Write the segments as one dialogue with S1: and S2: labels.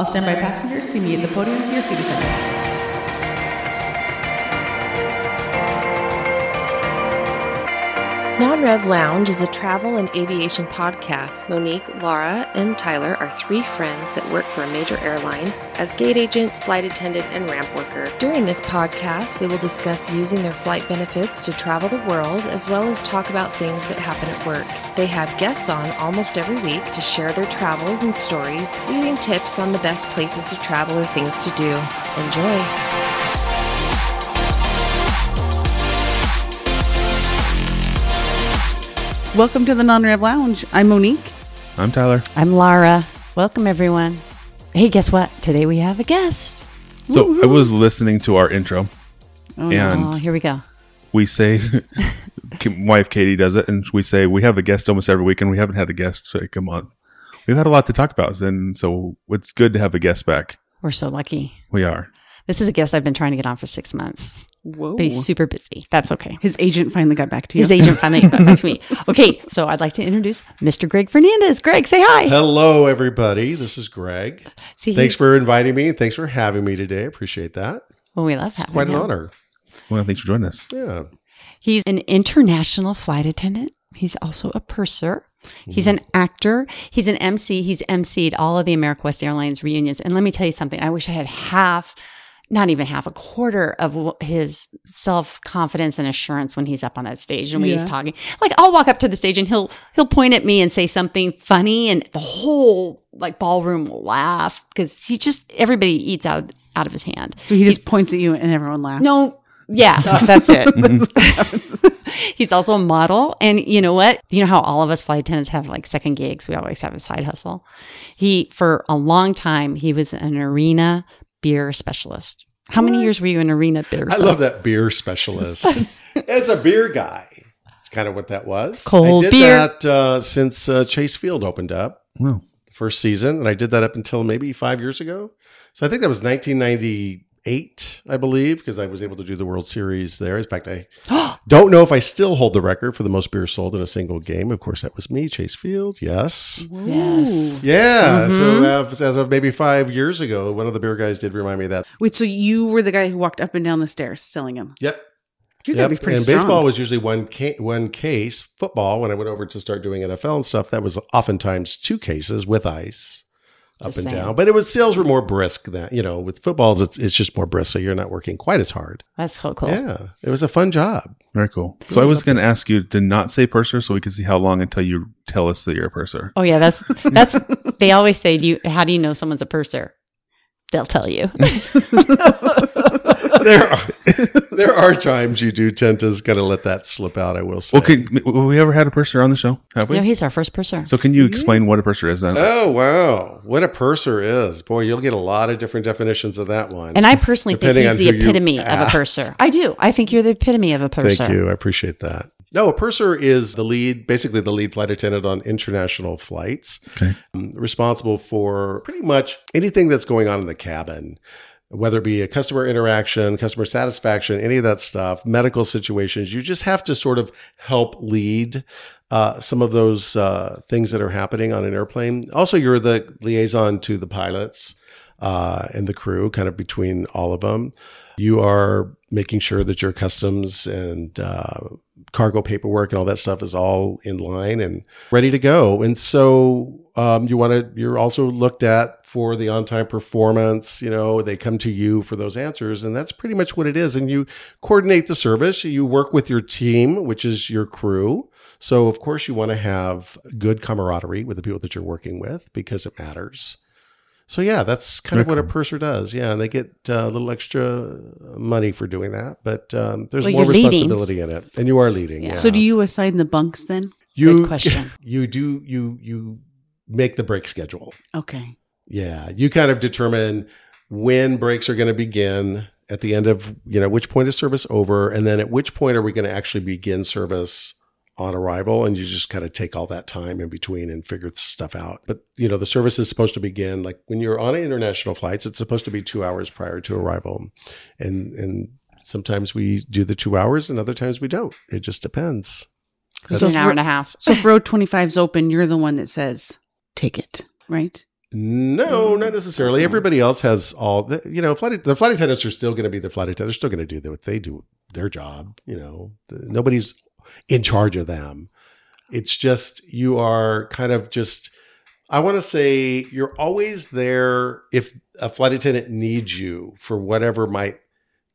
S1: All standby passengers, see me at the podium for your seat assignment.
S2: Non Rev Lounge is a travel and aviation podcast. Monique, Laura, and Tyler are three friends that work for a major airline as gate agent, flight attendant, and ramp worker. During this podcast, they will discuss using their flight benefits to travel the world as well as talk about things that happen at work. They have guests on almost every week to share their travels and stories, leaving tips on the best places to travel or things to do. Enjoy.
S1: Welcome to the Non Rev Lounge. I'm Monique.
S3: I'm Tyler.
S4: I'm Lara. Welcome, everyone. Hey, guess what? Today we have a guest.
S3: So I was listening to our intro,
S4: oh,
S3: and
S4: here we go.
S3: we say, Kim- wife Katie does it, and we say we have a guest almost every week, and we haven't had a guest like a month. We've had a lot to talk about, and so it's good to have a guest back.
S4: We're so lucky.
S3: We are.
S4: This is a guest I've been trying to get on for six months,
S1: Whoa.
S4: but he's super busy. That's okay.
S1: His agent finally got back to you.
S4: His agent finally got back to me. Okay, so I'd like to introduce Mr. Greg Fernandez. Greg, say hi.
S5: Hello, everybody. This is Greg.
S4: See, he-
S5: Thanks for inviting me. Thanks for having me today. I appreciate that.
S4: Well, we love
S5: It's
S4: having
S5: quite an
S4: him.
S5: honor.
S3: Well, thanks for joining us.
S5: Yeah.
S4: He's an international flight attendant. He's also a purser. He's an actor. He's an MC. He's MC'd all of the AmeriQuest Airlines reunions. And let me tell you something. I wish I had half, not even half, a quarter of wh- his self confidence and assurance when he's up on that stage and when he's
S1: Yeah.
S4: talking. Like I'll walk up to the stage and he'll he'll point at me and say something funny, and the whole like ballroom will laugh because he just everybody eats out out of his hand.
S1: so he just points at you and everyone laughs.
S4: No, yeah, Oh, that's Mm-hmm. it. He's also a model. And you know what? You know how all of us flight attendants have like second gigs? We always have a side hustle. He, for a long time, he was an arena beer specialist. How many years were you an arena beer
S5: I
S4: specialist?
S5: love that beer specialist. As a beer guy, it's kind of what that was.
S4: Cold
S5: I did
S4: beer.
S5: that uh, since uh, Chase Field opened up
S3: Well,
S5: first season, and I did that up until maybe five years ago. So I think that was 1998, I believe, because I was able to do the World Series there. In fact, I don't know if I still hold the record for the most beer sold in a single game. Of course, that was me, Chase Field. Yes.
S4: Mm-hmm. Yes.
S5: Yeah. So as, as of maybe five years ago, one of the beer guys did remind me of that.
S1: Wait, so you were the guy who walked up and down the stairs selling him.
S5: Yep.
S1: You
S5: yep.
S1: gotta be pretty
S5: and
S1: strong.
S5: baseball was usually one ca- one case. Football, when I went over to start doing NFL and stuff, that was oftentimes two cases with ice. Up
S4: Just
S5: and
S4: saying.
S5: down, but it was sales were more brisk than you know. With footballs, it's it's just more brisk, so you're not working quite as hard.
S4: That's so cool.
S5: Yeah, it was a fun job.
S3: very cool. So I was going to ask you to not say purser, so we can see how long until you tell us that you're a purser.
S4: Oh, yeah. That's, that's, they always say, do you, how do you know someone's a purser? They'll tell you.
S5: There are there are times you do tend to kind of let that slip out. I will say.
S3: Well, can, w- we ever had a purser on the show? Have we?
S4: no, he's our first purser.
S3: so can you explain what a purser is? Then?
S5: Oh wow, what a purser is! Boy, you'll get a lot of different definitions of that one.
S4: and I personally think
S5: Depending
S4: he's
S5: on
S4: the
S5: who you
S4: epitome of a
S5: ask.
S4: purser. I do. I think you're the epitome of a purser.
S5: Thank you. I appreciate that. No, a purser is the lead, basically the lead flight attendant on international flights,
S3: Okay.
S5: um, responsible for pretty much anything that's going on in the cabin, whether it be a customer interaction, customer satisfaction, any of that stuff, medical situations. You just have to sort of help lead uh, some of those uh, things that are happening on an airplane. Also, you're the liaison to the pilots uh, and the crew, kind of between all of them. You are making sure that your customs and uh, cargo paperwork and all that stuff is all in line and ready to go. And so um, you want to, you're also looked at for the on time performance. You know, they come to you for those answers, and that's pretty much what it is. And you coordinate the service, you work with your team, which is your crew. So, of course, you want to have good camaraderie with the people that you're working with because it matters. So, yeah, that's kind of
S3: Very
S5: what a purser does. Yeah, and they get uh, a little extra money for doing that, but um, there's
S4: Well,
S5: more
S4: you're leading.
S5: responsibility in it. And you are leading.
S4: Yeah.
S5: Yeah.
S1: So do you assign the bunks then?
S5: You,
S4: Good question.
S5: You do you you make the break schedule.
S1: Okay.
S5: Yeah, you kind of determine when breaks are going to begin at the end of you know which point is service over, and then at which point are we going to actually begin service on arrival, and you just kind of take all that time in between and figure stuff out. But you know the service is supposed to begin like when you're on international flights, it's supposed to be two hours prior to arrival, and and sometimes we do the two hours, and other times we don't. It just depends.
S4: It's
S1: So
S4: an hour
S1: for-
S4: and a half.
S1: So if road 25's open, you're the one that says, take it, right?
S5: No, not necessarily. Everybody else has all the, you know, flight the flight attendants are still going to be the flight attendants. They're still going to do what they do their job, you know. The- nobody's in charge of them. It's just you are kind of just I want to say you're always there if a flight attendant needs you for whatever might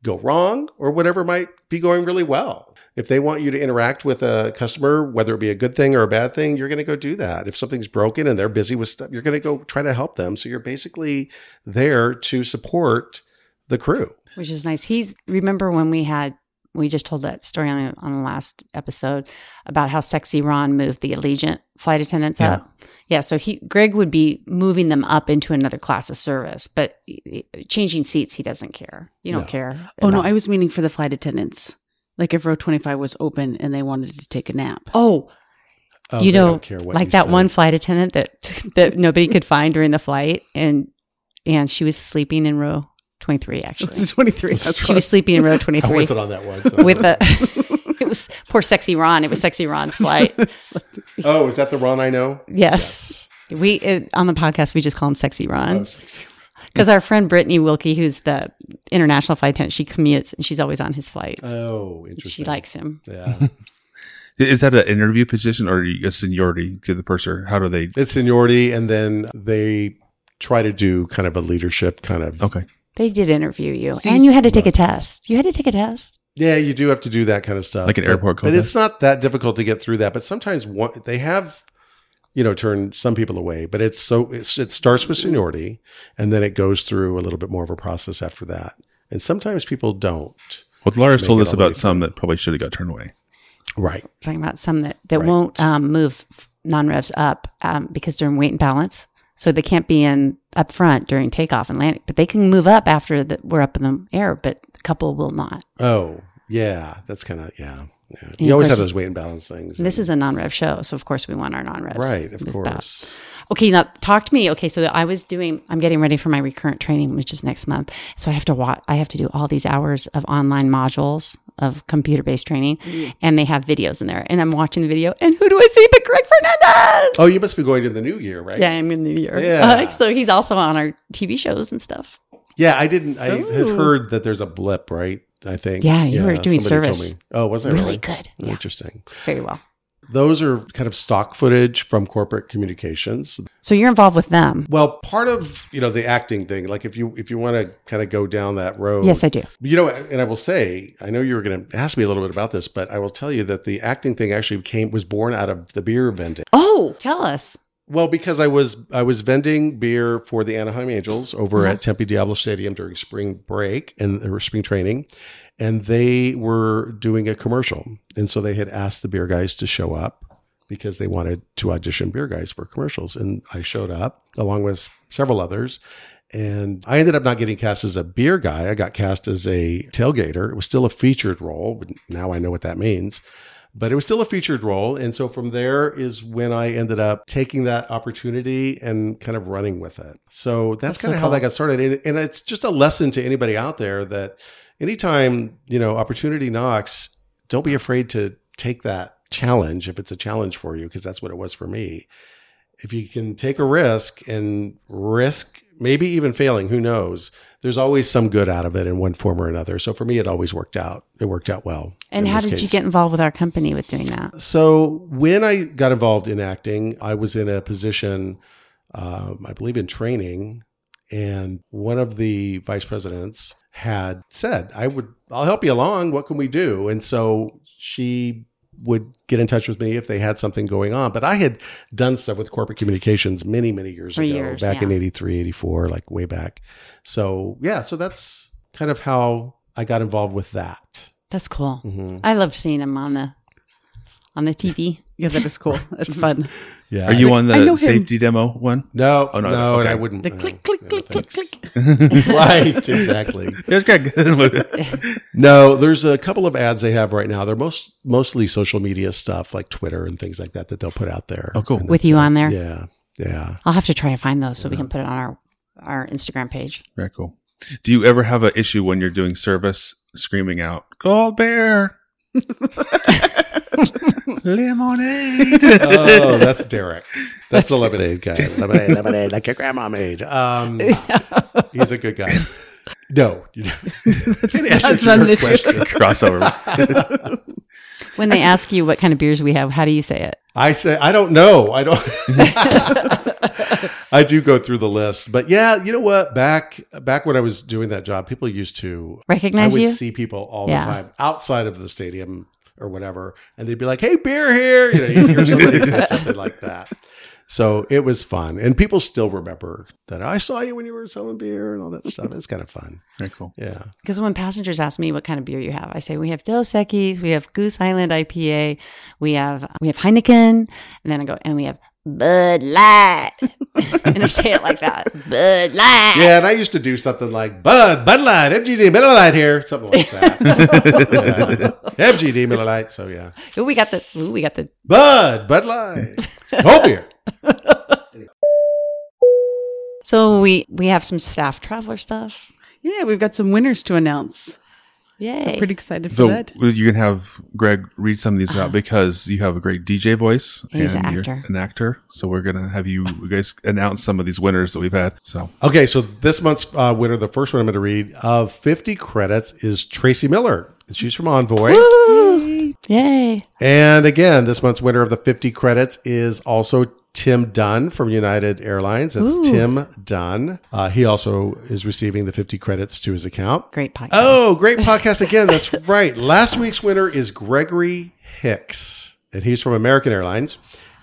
S5: go wrong or whatever might be going really well. If they want you to interact with a customer, whether it be a good thing or a bad thing, you're going to go do that. If something's broken and they're busy with stuff, you're going to go try to help them. So you're basically there to support the crew.
S4: which is nice. He's remember when we had we just told that story on the, on the last episode about how sexy Ron moved the Allegiant flight attendants
S3: Yeah.
S4: up. Yeah, so he Greg would be moving them up into another class of service, but eh, eh, changing seats he doesn't care. You don't
S5: No.
S4: care.
S1: Oh no,
S4: about-
S1: I was meaning for the flight attendants. Like if row twenty five was open and they wanted to take a nap.
S4: oh,
S5: Oh,
S4: you
S5: they
S4: know,
S5: don't care what
S4: like
S5: you
S4: that
S5: say.
S4: one flight attendant that that nobody could find during the flight, and and she was sleeping in row twenty three. Actually,
S1: twenty three.
S4: she was sleeping in row twenty
S5: I
S4: three
S5: wasn't on that one. so-
S4: with a. It was poor sexy Ron. It was sexy Ron's flight.
S5: oh, is that the Ron I know?
S4: Yes. We it, on the podcast we just call him Sexy
S5: Oh,
S4: Ron
S5: sexy.
S4: because our friend Brittany Wilkie, who's the international flight attendant, she commutes and she's always on his flights.
S5: Oh,
S4: she
S5: interesting.
S4: likes him.
S5: Yeah,
S3: Is that an interview position or a seniority to the purser? How do they?
S5: it's seniority, and then they try to do kind of a leadership kind of.
S3: Okay.
S4: They did interview you,
S1: So
S4: and
S1: you-
S4: you had to take a test. You had to take a test.
S5: Yeah, you do have to do that kind of stuff,
S3: Like an
S5: But-
S3: airport
S5: But
S3: code
S5: it's not that difficult to get through that. But sometimes one, they have, you know, turned some people away. But it's so it's, it starts with seniority, and then it goes through a little bit more of a process after that. And sometimes people don't.
S3: Well, Lara's
S5: Make
S3: told
S5: it
S3: us
S5: all the way
S3: about some that probably should have got turned away.
S5: Right.
S4: talking about some that that
S5: Right.
S4: won't um, move non revs up um, because they're in weight and balance, so they can't be in up front during takeoff and landing. But they can move up after that we're up in the air, but a couple will not.
S5: Oh, yeah. That's kind of yeah. yeah.
S4: of
S5: You always have
S4: course-
S5: those weight and balance things.
S4: This
S5: and-
S4: is a non rev show, so of course we want our non revs.
S5: right. Of course.
S4: Okay, now talk to me. Okay, so I was doing, I'm getting ready for my recurrent training, which is next month. So I have to watch, I have to do all these hours of online modules of computer based training,
S5: Mm.
S4: and they have videos in there. And I'm watching the video, and who do I see but Greg Fernandez?
S5: Oh, you must be going to the new year, right?
S4: yeah, I'm in New York.
S5: Yeah.
S4: so he's also on our TV shows and stuff.
S5: Yeah, I didn't. I had
S4: Ooh.
S5: heard that there's a blip, right? I think.
S4: Yeah, you were doing
S5: somebody told
S4: service.
S5: me. Oh, was I
S4: really,
S5: really,
S4: good. Yeah,
S5: Interesting.
S4: very well.
S5: Those are kind of stock footage from corporate communications.
S4: So you're involved with them.
S5: Well, part of you know the acting thing, like if you if you want to kind of go down that road,
S4: Yes, I do.
S5: you know, and I will say, I know you were going to ask me a little bit about this, but I will tell you that the acting thing actually came was born out of the beer vending.
S4: Oh, tell us.
S5: Well, because I was I was vending beer for the Anaheim Angels over
S4: Uh-huh.
S5: at Tempe Diablo Stadium during spring break and or spring training, and they were doing a commercial, and so they had asked the beer guys to show up because they wanted to audition beer guys for commercials, and I showed up along with several others. And I ended up not getting cast as a beer guy. I got cast as a tailgater. It was still a featured role, but now I know what that means but it was still a featured role. And so from there is when I ended up taking that opportunity and kind of running with it. So that's,
S4: That's
S5: kind
S4: so
S5: of how that
S4: cool.
S5: got started. And, and it's just a lesson to anybody out there that anytime, you know, opportunity knocks, don't be afraid to take that challenge if it's a challenge for you, because that's what it was for me. If you can take a risk and risk maybe even failing, who knows? There's always some good out of it in one form or another. So for me, it always worked out. It worked out well.
S4: And
S5: in
S4: how
S5: this
S4: did you
S5: case.
S4: get involved with our company with doing that?
S5: So when I got involved in acting, I was in a position, um, I believe, in training, and one of the vice presidents had said, "I would, I'll help you along. What can we do?" And so she would get in touch with me if they had something going on. But I had done stuff with corporate communications many, many years
S4: For
S5: ago,
S4: years,
S5: back in
S4: yeah.
S5: 83, 84, like way back. So yeah, so that's kind of how I got involved with that.
S4: That's cool.
S3: Mm-hmm.
S5: Mhm.
S4: I love seeing him on the on the TV.
S1: Yeah, that is cool. That's fun.
S5: Yeah.
S3: Are you on
S1: I know
S3: the
S1: him.
S3: safety demo one?
S5: No,
S3: Oh,
S5: no,
S3: no,
S5: no,
S3: okay.
S5: and I wouldn't.
S1: The
S5: no,
S1: click, click,
S5: no,
S1: click, click,
S5: Uh,
S1: click.
S5: thanks. right, exactly.
S3: There's Greg.
S5: No, there's a couple of ads they have right now. They're most mostly social media stuff like Twitter and things like that that they'll put out there.
S3: Oh, cool.
S5: And
S4: With
S5: that's
S4: you
S5: it.
S4: on there?
S5: Yeah, yeah.
S4: I'll have to try to find those so we can put it on our our Instagram page.
S3: Very cool. Do you ever have an issue when you're doing service screaming out, Gold Bear? Lemonade.
S5: oh, that's Derek. That's the lemonade guy. Lemonade, lemonade, like your grandma made. Um, he's a good guy. No, you know,
S1: That's not an issue.
S3: Crossover.
S4: When they ask you what kind of beers we have, how do you say it?
S5: I say I don't know. I don't. I do go through the list, but yeah, you know what? Back back when I was doing that job, people used to I
S4: Recognize
S5: would
S4: you?
S5: see people all
S4: Yeah.
S5: the time outside of the stadium or whatever, and they'd be like, "Hey, beer here!" You know, you'd hear somebody say something like that. So it was fun, and people still remember that I saw you when you were selling beer and all that stuff. It's kind of fun.
S3: Very cool.
S5: Yeah,
S4: Because when passengers ask me what kind of beer you have, I say we have Dos Equis, we have Goose Island IPA, we have we have Heineken, and then I go and we have Bud Light, and I say it like that, Bud Light.
S5: yeah. And I used to do something like Bud, Bud Light, MGD, Miller Light here, something like that. yeah. MGD, Miller Light. So yeah,
S4: Ooh, we got the ooh, we got the
S5: Bud, Bud Light, whole beer.
S4: So we we have some staff traveler stuff.
S1: Yeah, we've got some winners to announce.
S4: Yay!
S1: So pretty excited
S3: So
S1: for that.
S3: you can have Greg read some of these
S1: Uh-huh.
S3: out because you have a great DJ voice
S4: And he's an
S3: you're
S4: actor.
S3: an actor. So we're gonna have you guys announce some of these winners that we've had. So
S5: Okay, so this month's uh, winner, the first one I'm going to read of 50 credits is Tracy Miller. And she's from Envoy.
S4: Yay!
S5: And again, this month's winner of the 50 credits is also Tim Dunn from United Airlines. That's Tim Dunn. Uh, he also is receiving the 50 credits to his account.
S4: Great podcast.
S5: Oh, great podcast again. That's right. Last week's winner is Gregory Hicks, and he's from American Airlines.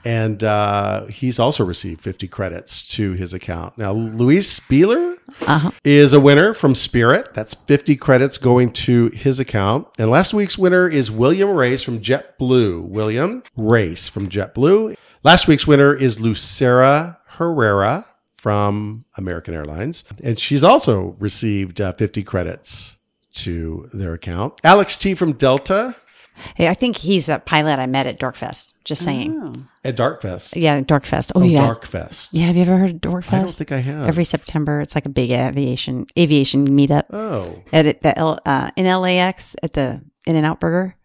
S5: And uh, he's also received 50 credits to his account. Now, Luis Spieler is a winner from Spirit. That's 50 credits going to his account. And last week's winner is William Race from JetBlue. William Race from JetBlue. Last week's winner is Lucera Herrera from American Airlines. And she's also received uh, 50 credits to their account. Alex T from Delta
S4: Hey, I think he's a pilot I met at Dorkfest. Just saying.
S5: at Darkfest.
S4: Yeah, Dorkfest. Oh,
S5: Oh,
S4: yeah.
S5: Darkfest.
S4: Yeah, have you ever heard of Dorkfest?
S5: I don't think I have.
S4: Every September, it's like a big aviation aviation meetup
S5: oh,
S4: at it- the L, uh, in LAX at the In and Out Burger.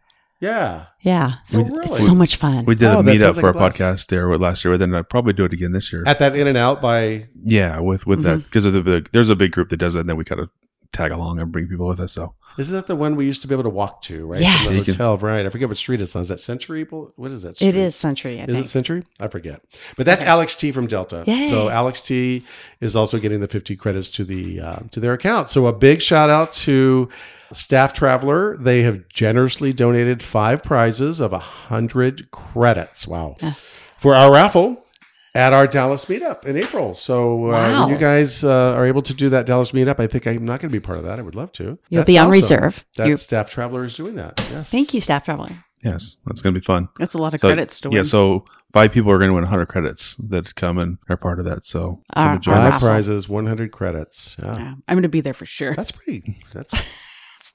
S5: yeah.
S4: Yeah,
S5: Oh,
S4: it's,
S5: really?
S4: it's so much fun.
S3: we did
S5: Oh,
S3: a
S5: that
S3: meetup
S5: sounds like
S3: for
S5: a
S3: our
S5: blast.
S3: podcast there with last year, but then I'd probably do it again this year.
S5: At Mm-hmm. that In and Out by
S3: yeah, with with that because of the big, there's a big group that does that, and then we kind of tag along and bring people with us. So
S5: Isn't that the one we used to be able to walk to, right?
S4: Yes.
S5: From
S3: Yeah,
S5: the
S3: you can-
S5: hotel, right. I forget what street it's on. Is that Century? Bou- What is that? Street?
S4: it is Century, I
S5: Is
S4: think.
S5: it Century? I forget. But that's Alex T from Delta.
S4: Yay.
S5: So Alex T is also getting the 50 credits to the uh, to their account. So a big shout out to Staff Traveler. They have generously donated five prizes of 100 credits. Wow. For our raffle at our Dallas meetup in April. So uh,
S4: Wow.
S5: when you guys uh, are able to do that Dallas meetup, I think I'm not going to be part of that. I would love to.
S4: You'll
S5: That's
S4: be on
S5: awesome.
S4: reserve.
S5: That
S4: You-
S5: staff traveler is doing that. Yes.
S4: Thank you, staff traveler.
S3: yes, that's gonna be fun.
S1: That's a lot of
S3: So,
S1: credits to win.
S3: Yeah, so five people are going to win 100 credits that come and are part of that. So come
S4: Our-
S3: and join
S4: our
S5: Five
S3: us.
S4: raffle.
S5: prizes, 100 credits. Yeah.
S1: Yeah, I'm going to be there for sure.
S5: That's pretty. That's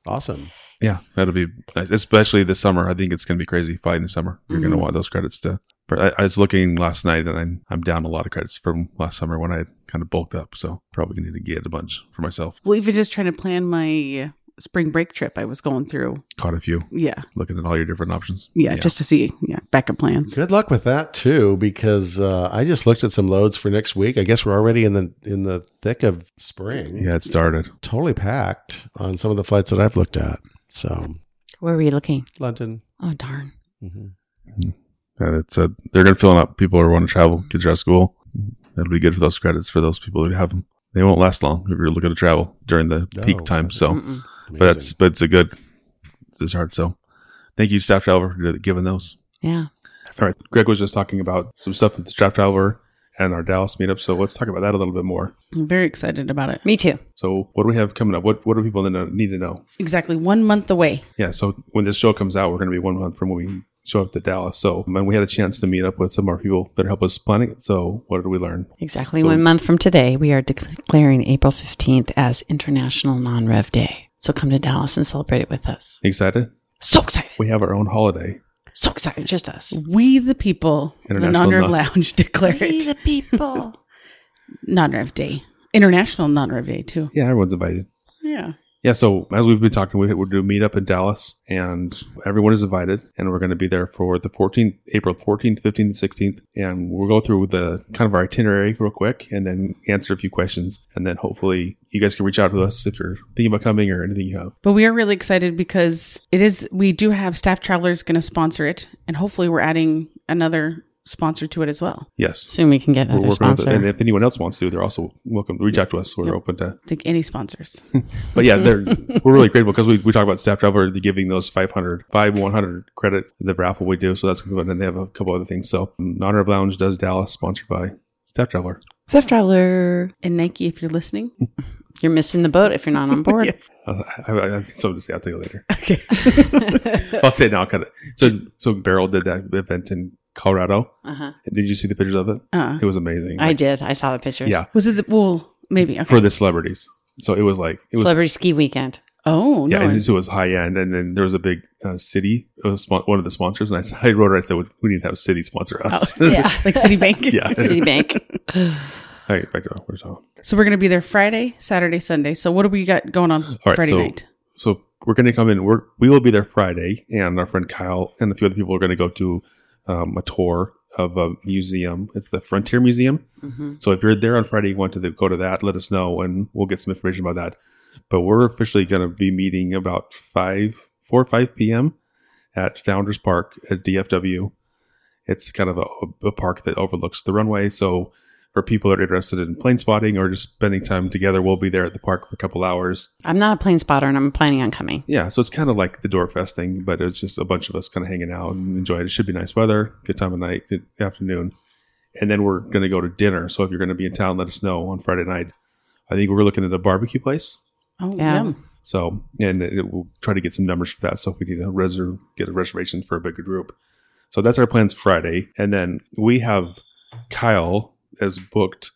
S5: awesome.
S3: yeah, that'll be nice, especially this summer. I think it's going to be crazy fighting this summer. You're going to want those credits to. for- I, I was looking last night and I'm I'm down a lot of credits from last summer when I kind of bulked up. So probably going to need to get a bunch for myself.
S1: Well, even just trying to plan my uh, spring break trip, I was going through.
S3: Caught a few
S1: Yeah,
S3: looking at all your different options.
S1: yeah, just to see yeah backup plans.
S5: Good luck with that too, because uh, I just looked at some loads for next week. I guess we're already in the in the thick of spring.
S3: yeah, it started.
S5: totally packed on some of the flights that I've looked at. So
S4: Where were you looking?
S5: London.
S4: Oh, darn.
S5: hmm
S3: Uh, it's a, they're going to fill up. People are wanting to travel. Kids are out of school. That'll be good for those credits for those people who have them. They won't last long if you're looking to travel during the
S5: No,
S3: peak time. So.
S4: Mm-mm.
S3: but that's but it's a good it's hard so thank you staff traveler for giving those
S4: Yeah.
S3: all right greg was just talking about some stuff with the staff traveler and our dallas meetup so let's talk about that a little bit more
S1: I'm very excited about it.
S4: Me too.
S3: so what do we have coming up what what do people know- need to know
S1: Exactly one month away.
S3: yeah so when this show comes out we're going to be one month from when we show up to dallas so and we had a chance to meet up with some of our people that help us planning it so what did we learn
S4: Exactly
S3: So-
S4: one month from today, we are declaring April 15th as International Non Rev Day. So come to Dallas and celebrate it with us.
S3: excited
S4: So excited.
S3: we have our own holiday
S4: So excited. Just us.
S1: We the people, the
S3: International
S1: non-rev
S3: Non-
S1: lounge declare
S4: We
S1: it
S4: the people.
S1: non-rev day, international non-rev day too.
S3: yeah everyone's invited
S1: Yeah,
S3: Yeah, so as we've been talking, we, we'll do a meetup in Dallas, and everyone is invited, and we're going to be there for the 14th, April 14th, 15th, and 16th, and we'll go through the kind of our itinerary real quick, and then answer a few questions, and then hopefully you guys can reach out to us if you're thinking about coming or anything you have.
S1: But we are really excited because it is we do have staff travelers going to sponsor it, and hopefully we're adding another sponsor to it as well.
S3: Yes,
S4: Soon we can get
S3: we're
S4: another
S3: working with it, and
S4: sponsor.
S3: if anyone else wants to, they're also welcome to reach out to us. We're open to
S1: I think any sponsors.
S3: But yeah, they're, we're really grateful because we, we talk about staff traveler they're giving those 500, 5 100 credit the raffle we do. So that's good. And then they have a couple other things. So Honor of Lounge does Dallas, sponsored by Staff Traveler.
S4: Staff traveler,
S1: and Nike, if you're listening,
S4: you're missing the boat if you're not on board.
S3: Uh, I, I, I, so just I'll tell you later. I'll say it now. Kind of. So so Beryl did that event in Colorado.
S4: Uh-huh.
S3: Did you see the pictures of it?
S1: Uh,
S3: It was amazing.
S4: I did. I saw the pictures.
S3: Yeah,
S1: was it the well maybe? Okay.
S3: for the celebrities. So it was like it was
S4: Celebrity ski weekend.
S1: oh
S3: Yeah,
S1: no,
S3: and this was high end, and then there was a big uh, city, it was spon- one of the sponsors, and I, s- I wrote her. I said, "We need to have city sponsor
S1: Oh,
S3: us."
S4: Yeah.
S1: like Citibank.
S3: Yeah.
S4: Citibank.
S3: All right, back to what we're talking.
S1: So we're going to be there Friday, Saturday, Sunday. So what do we got going on
S3: right,
S1: Friday
S3: so-
S1: night?
S3: So we're going to come in. We're we will be there Friday, and our friend Kyle and a few other people are going to go to um, a tour of a museum. It's the Frontier Museum.
S1: Mm-hmm.
S4: hmm
S3: So if you're there on Friday, you want to go to that, let us know, and we'll get some information about that. But we're officially going to be meeting about five, four or five p.m. at Founders Park at DFW. It's kind of a, a park that overlooks the runway. So for people that are interested in plane spotting or just spending time together, we'll be there at the park for a couple hours.
S4: I'm not a plane spotter and I'm planning on coming.
S3: Yeah, so it's kind of like the Dork Fest thing, but it's just a bunch of us kind of hanging out and enjoying it. It should be nice weather, good time of night, good afternoon. And then we're going to go to dinner. So if you're going to be in town, let us know on Friday night. I think we're looking at a barbecue place.
S1: Oh
S4: Yeah.
S1: yeah.
S3: So, and it, it- we'll try to get some numbers for that. So if we need to reserve, get a reservation for a bigger group. So that's our plans Friday. And then we have Kyle has booked,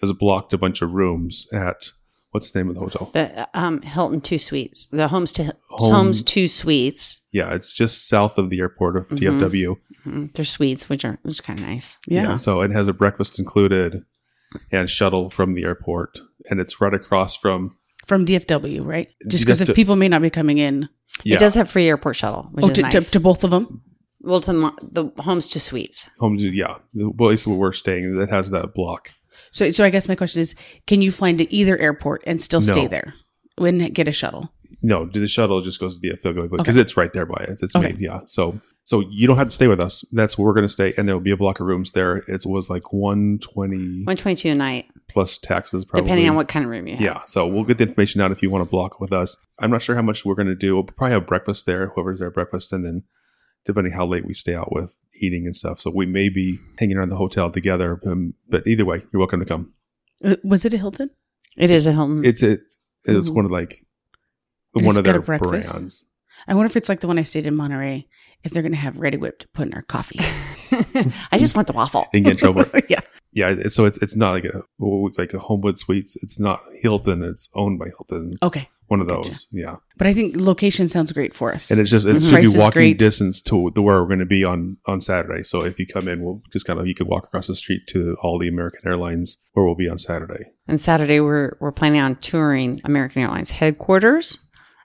S3: has blocked a bunch of rooms at what's the name of the hotel?
S4: The um, Hilton Two Suites, the Homes to
S3: Home-
S4: Homes Two Suites.
S3: Yeah, it's just south of the airport of
S4: Mhm.
S3: DFW.
S4: Mhm. They're suites, which are which is kind of nice.
S1: yeah,
S3: So it has a breakfast included and shuttle from the airport. And it's right across from.
S1: from DFW, right? Just
S3: Just
S1: because if
S3: to-
S1: people may not be coming in,
S3: Yeah.
S4: It does have free airport shuttle, which
S1: oh,
S4: is
S1: to, to,
S4: nice.
S1: to both of them.
S4: well, to mo- the Homes to Suites.
S3: Homes, yeah. The place where we're staying that has that block.
S1: So, so I guess my question is, can you fly into either airport and still
S3: No.
S1: stay there? Wouldn't get a shuttle.
S3: No, the shuttle just goes to the FW because
S1: Okay.
S3: it's right there by it. It's
S1: Okay.
S3: made, yeah. So so you don't have to stay with us. That's where we're going to stay. And there'll be a block of rooms there. It was like 120
S4: One twenty two a night,
S3: plus taxes, probably.
S4: depending on what kind of room you have.
S3: Yeah, so we'll get the information out if you want to block with us. I'm not sure how much we're going to do. We'll probably have breakfast there, whoever's there at breakfast, and then depending how late we stay out with eating and stuff. So we may be hanging around the hotel together. Um, but either way, you're welcome to come.
S1: Uh, Was it a Hilton?
S4: It is a Hilton.
S1: Mm-hmm.
S3: It's it, it's
S1: Mhm.
S3: one of like
S1: And
S3: one
S1: it's
S3: of
S1: got
S3: their
S1: a breakfast?
S3: brands.
S1: I wonder if it's like the one I stayed in Monterey. If they're going to have ready whip to put in our coffee.
S4: I just want the waffle.
S3: And get in trouble.
S1: yeah.
S3: yeah, it- so it's it's not like a oh, like a Homewood Suites. It's not Hilton. It's owned by Hilton.
S1: Okay.
S3: One of
S1: Gotcha.
S3: those. Yeah.
S1: But I think location sounds great for us.
S3: and it's just it
S4: Mhm.
S3: should
S1: Mm-hmm. Price is
S3: be walking
S1: great.
S3: distance to the where we're going to be on on Saturday. So if you come in, we'll just kind of you could walk across the street to all the American Airlines where we'll be on Saturday.
S4: And Saturday, we're we're planning on touring American Airlines headquarters,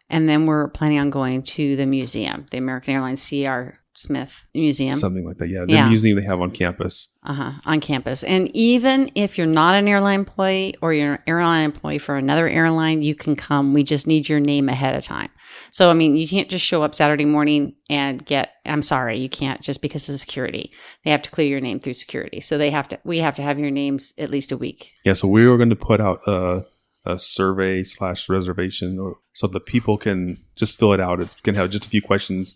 S4: and then we're planning on going to the museum, the American Airlines C.R. Smith Museum,
S3: Something like that. Yeah, the
S4: Yeah.
S3: museum they have on campus.
S4: uh-huh, on campus. And even if you're not an airline employee or you're an airline employee for another airline, you can come. We just need your name ahead of time. So I mean, you can't just show up Saturday morning and get. I'm sorry, you can't just because of security. They have to clear your name through security. So they have to. We have to have your names at least a week.
S3: Yeah, so we were going to put out a, a survey slash reservation or, so the people can just fill it out. It's going to have just a few questions,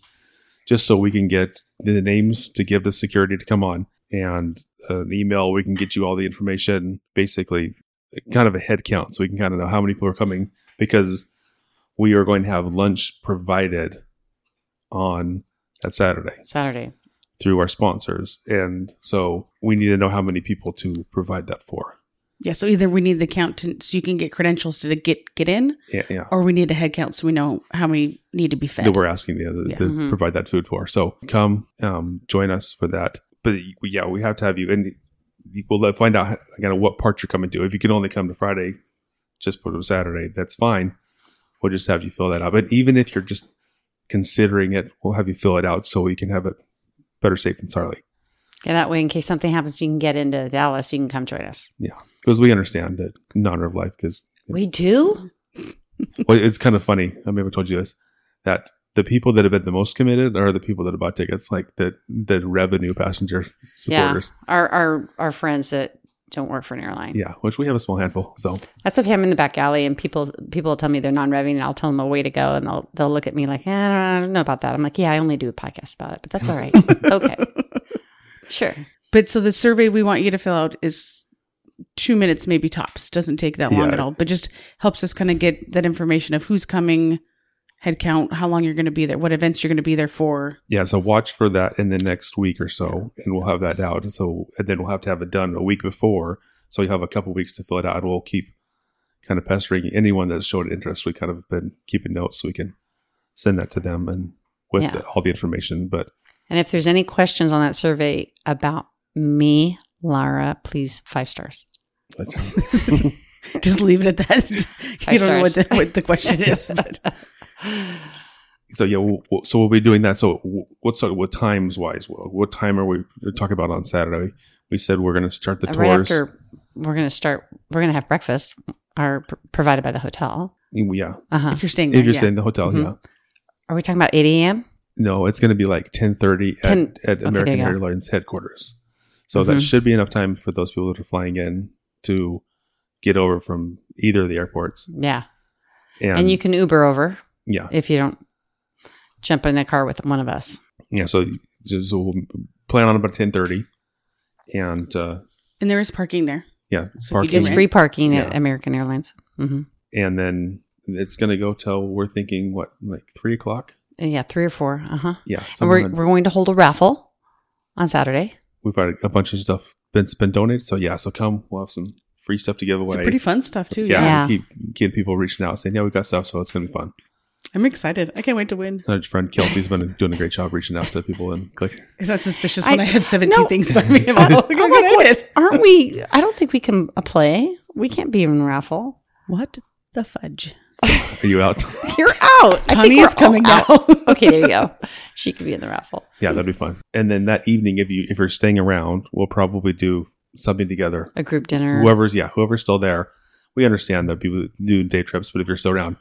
S3: just so we can get the names to give the security to come on and uh, an email. We can get you all the information, basically, kind of a head count, so we can kind of know how many people are coming because we are going to have lunch provided on that Saturday
S4: Saturday.
S3: through our sponsors. And so we need to know how many people to provide that for.
S1: yeah. So either we need the count to, so you can get credentials to get get in,
S3: Yeah, yeah.
S1: or we need a head count so we know how many need to be fed.
S3: that we're asking the other
S1: Yeah.
S3: to
S4: Mhm.
S3: provide that food for. So come, um, join us for that. But y- yeah, we have to have you, and you- we'll let- find out again what part you're coming to. If you can only come to Friday, just put it on Saturday. That's fine. Well, We'll just have you fill that out. But even if you're just considering it, we'll have you fill it out so we can have it better safe than sorry.
S4: Yeah, that way, in case something happens, you can get into Dallas. You can come join us.
S3: Because we understand that in honor of life, because
S4: We do.
S3: well, it's kind of funny. I maybe I told you this that the people that have been the most committed are the people that have bought tickets, like the the revenue passenger supporters.
S4: Our our our friends that don't work for an airline.
S3: Yeah, which we have a small handful. So
S4: That's okay. I'm in the back alley, and people people will tell me they're non-revenue, and I'll tell them a way to go, and they'll they'll look at me like, eh, I don't- I don't know about that. I'm like, yeah, I only do a podcast about it, but that's all right. okay, sure.
S1: But so the survey we want you to fill out is two minutes, maybe tops. Doesn't take that long
S3: Yeah.
S1: at all, but just helps us kind of get that information of who's coming, head count, how long you're going to be there, what events you're going to be there for.
S3: yeah, so watch for that in the next week or so, and we'll have that out. So and then we'll have to have it done a week before, so you have a couple weeks to fill it out. And we'll keep kind of pestering anyone that showed interest. We kind of been keeping notes so we can send that to them and with
S4: Yeah.
S3: all the information. But
S4: And if there's any questions on that survey about me, Lara, please five stars.
S3: that's-
S1: Just leave it at that. you
S4: Five
S1: don't know what the,
S4: stars.
S1: what the question is, but uh,
S3: So yeah, we'll, we'll- so we'll be doing that. So w- what's what times wise? What, what time are we talking about on Saturday? We said we're going to start the
S4: right
S3: tours.
S4: after we're going to start, we're going to have breakfast, are pr- provided by the hotel.
S3: yeah,
S4: Uh huh.
S1: if you're staying there,
S3: if you're
S1: yeah.
S3: staying in the hotel,
S4: Mhm.
S3: yeah.
S4: Are we talking about 8 a.m.?
S3: No, it's going to be like ten thirty at,
S4: 10
S3: at
S4: there
S3: American
S4: you go.
S3: Airlines headquarters. So that
S4: Mhm.
S3: should be enough time for those people that are flying in to get over from either of the airports.
S4: Yeah.
S3: And,
S4: and you can Uber over
S3: yeah,
S4: if you don't jump in a car with one of us.
S3: yeah. So just so we'll plan on about ten thirty, and uh,
S1: and there is parking there.
S3: yeah,
S1: So if you do
S4: It's
S1: Right.
S4: free parking at
S3: Yeah.
S4: American Airlines. hmm
S3: and then it's going to go till we're thinking what like three o'clock.
S4: Yeah, three or four. Uh huh.
S3: Yeah,
S4: And
S3: somewhere
S4: we're,
S3: in-
S4: we're going to hold a raffle on Saturday.
S3: we've got a bunch of stuff that's been donated. So yeah, so come, we'll have some free stuff to give away.
S1: It's pretty fun stuff too.
S3: yeah,
S1: Yeah.
S4: Yeah.
S3: we keep getting people reaching out saying, "Yeah, we got stuff," so it's gonna be fun.
S1: I'm excited. I can't wait to win.
S3: And our friend Kelsey's been doing a great job reaching out to people and click.
S1: Is that suspicious
S4: I-
S1: when I have 17
S4: no.
S1: things by me? I'm all, look how
S4: I'm like,
S1: good I
S4: what-
S1: did.
S4: Aren't we? I don't think we can uh, play. We can't be in raffle.
S1: What the fudge?
S3: Are you out?
S4: You're out. I think
S1: Tommy
S4: we're
S1: is coming
S4: all
S1: now.
S4: out. okay, there you go. She could be in the raffle.
S3: yeah, that'd be fun. And then that evening, if you if you're staying around, we'll probably do something together.
S4: A group dinner.
S3: Whoever's yeah, whoever's still there, we understand that people do day trips, but if you're still around,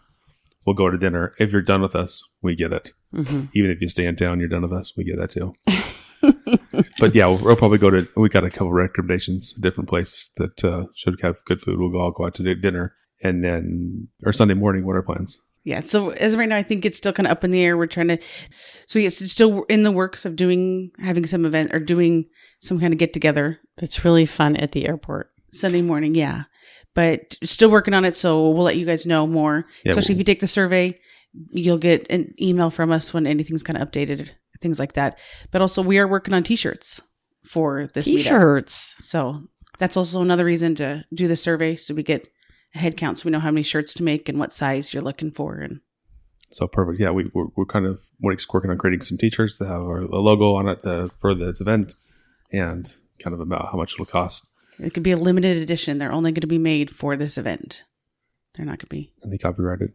S3: we'll go to dinner. If you're done with us, we get it.
S4: Mhm.
S3: even if you stay in town, you're done with us. We get that too. but yeah, we'll, we'll probably go to. We got a couple recommendations, different places that uh, should have good food. We'll go all go out to di- dinner, and then or Sunday morning. What are our plans?
S1: Yeah. So as of right now, I think it's still kind of up in the air. We're trying to, so yes, it's still in the works of doing, having some event or doing some kind of get together
S4: That's really fun at the airport.
S1: Sunday morning. Yeah. But still working on it. So we'll let you guys know more,
S3: Yeah,
S1: especially
S3: we'll-
S1: if you take the survey, you'll get an email from us when anything's kind of updated, things like that. But also we are working on t-shirts for this meetup.
S4: T-shirts.
S1: So that's also another reason to do the survey so we get a head count so we know how many shirts to make and what size you're looking for. And
S3: So perfect. Yeah, we we're, we're kind of Monique's working on creating some t-shirts that have our a logo on it the, for this event, and kind of about how much it'll cost.
S1: it could be a limited edition. They're only going to be made for this event. They're not going to be.
S3: And they copyrighted.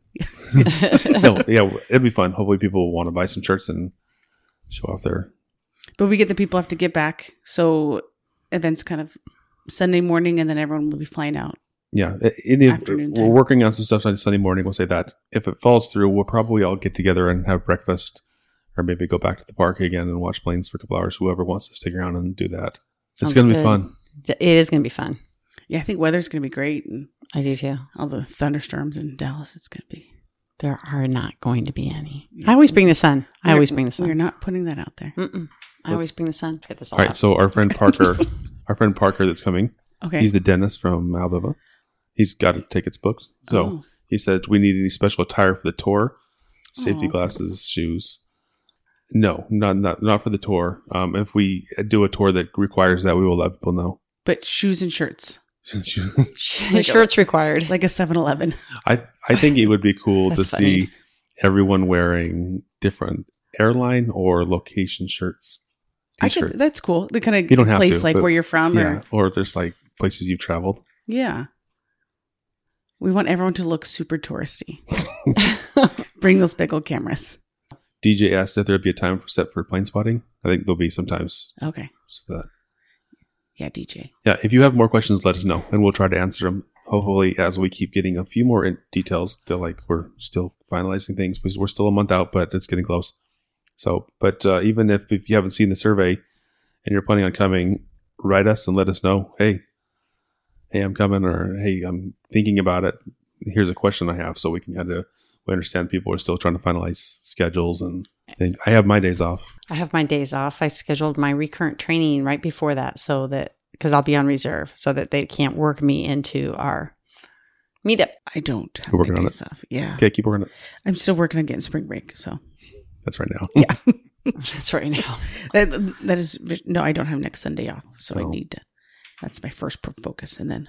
S3: no, yeah, it'd be fun. Hopefully, people will want to buy some shirts and show off their.
S1: But we get the people have to get back. So events kind of Sunday morning and then everyone will be flying out.
S3: Yeah, a- any of-
S1: Afternoon
S3: we're
S1: time.
S3: working on some stuff on Sunday morning. We'll say that if it falls through, we'll probably all get together and have breakfast, or maybe go back to the park again and watch planes for a couple hours. Whoever wants to stick around and do that, it's
S4: Sounds
S3: going to be
S4: good.
S3: fun.
S4: It is going to be fun.
S1: Yeah, I think weather's going to be great and
S4: I do too.
S1: all the thunderstorms in Dallas. It's going to be.
S4: There are not going to be any. I always bring the sun. I always bring the
S1: We're
S4: sun.
S1: not putting that out there.
S4: Mm-mm. I always bring the sun. Get this all
S3: All right,
S4: out.
S3: so our friend Parker, our friend Parker that's coming,
S1: Okay.
S3: he's the dentist from Alabama. He's got tickets booked, so
S1: Oh.
S3: he said we need any special attire for the tour, safety
S1: Aw.
S3: glasses, shoes. No, not not not for the tour. Um, if we do a tour that requires that, we will let people know.
S1: but shoes and shirts,
S4: Sh- shirts required.
S1: like a 7 Eleven.
S3: I I think it would be cool to
S4: That's funny.
S3: see everyone wearing different airline or location shirts.
S1: I could.
S3: t-shirts.
S1: That's cool. The kind of
S3: You don't have
S1: place
S3: to,
S1: like
S3: but-
S1: where you're from,
S3: yeah,
S1: or
S3: or there's like places you've traveled.
S1: yeah. We want everyone to look super touristy. Bring those big old cameras.
S3: DJ asked if there'd be a time set for plane spotting. I think there'll be sometimes
S1: Okay.
S3: for that.
S1: Yeah, DJ.
S3: Yeah, if you have more questions, let us know, and we'll try to answer them. Hopefully, as we keep getting a few more in- details, feel like we're still finalizing things because we're still a month out, but it's getting close. So, but uh, even if, if you haven't seen the survey and you're planning on coming, write us and let us know. Hey, hey, I'm coming, or hey, I'm thinking about it. Here's a question I have, so we can kind of we understand people are still trying to finalize schedules and things. I have my days off.
S4: I have my days off. I scheduled my recurrent training right before that so that because I'll be on reserve so that they can't work me into our meetup.
S1: I don't have
S3: You're working
S1: my
S3: on it.
S1: days off. Yeah.
S3: Okay, keep working.
S1: I'm still working on getting spring break. So
S3: That's right now.
S4: That's right now.
S1: that, that is, no, I don't have next Sunday off. So I
S3: Oh.
S1: need to, that's my first pro- focus. And then,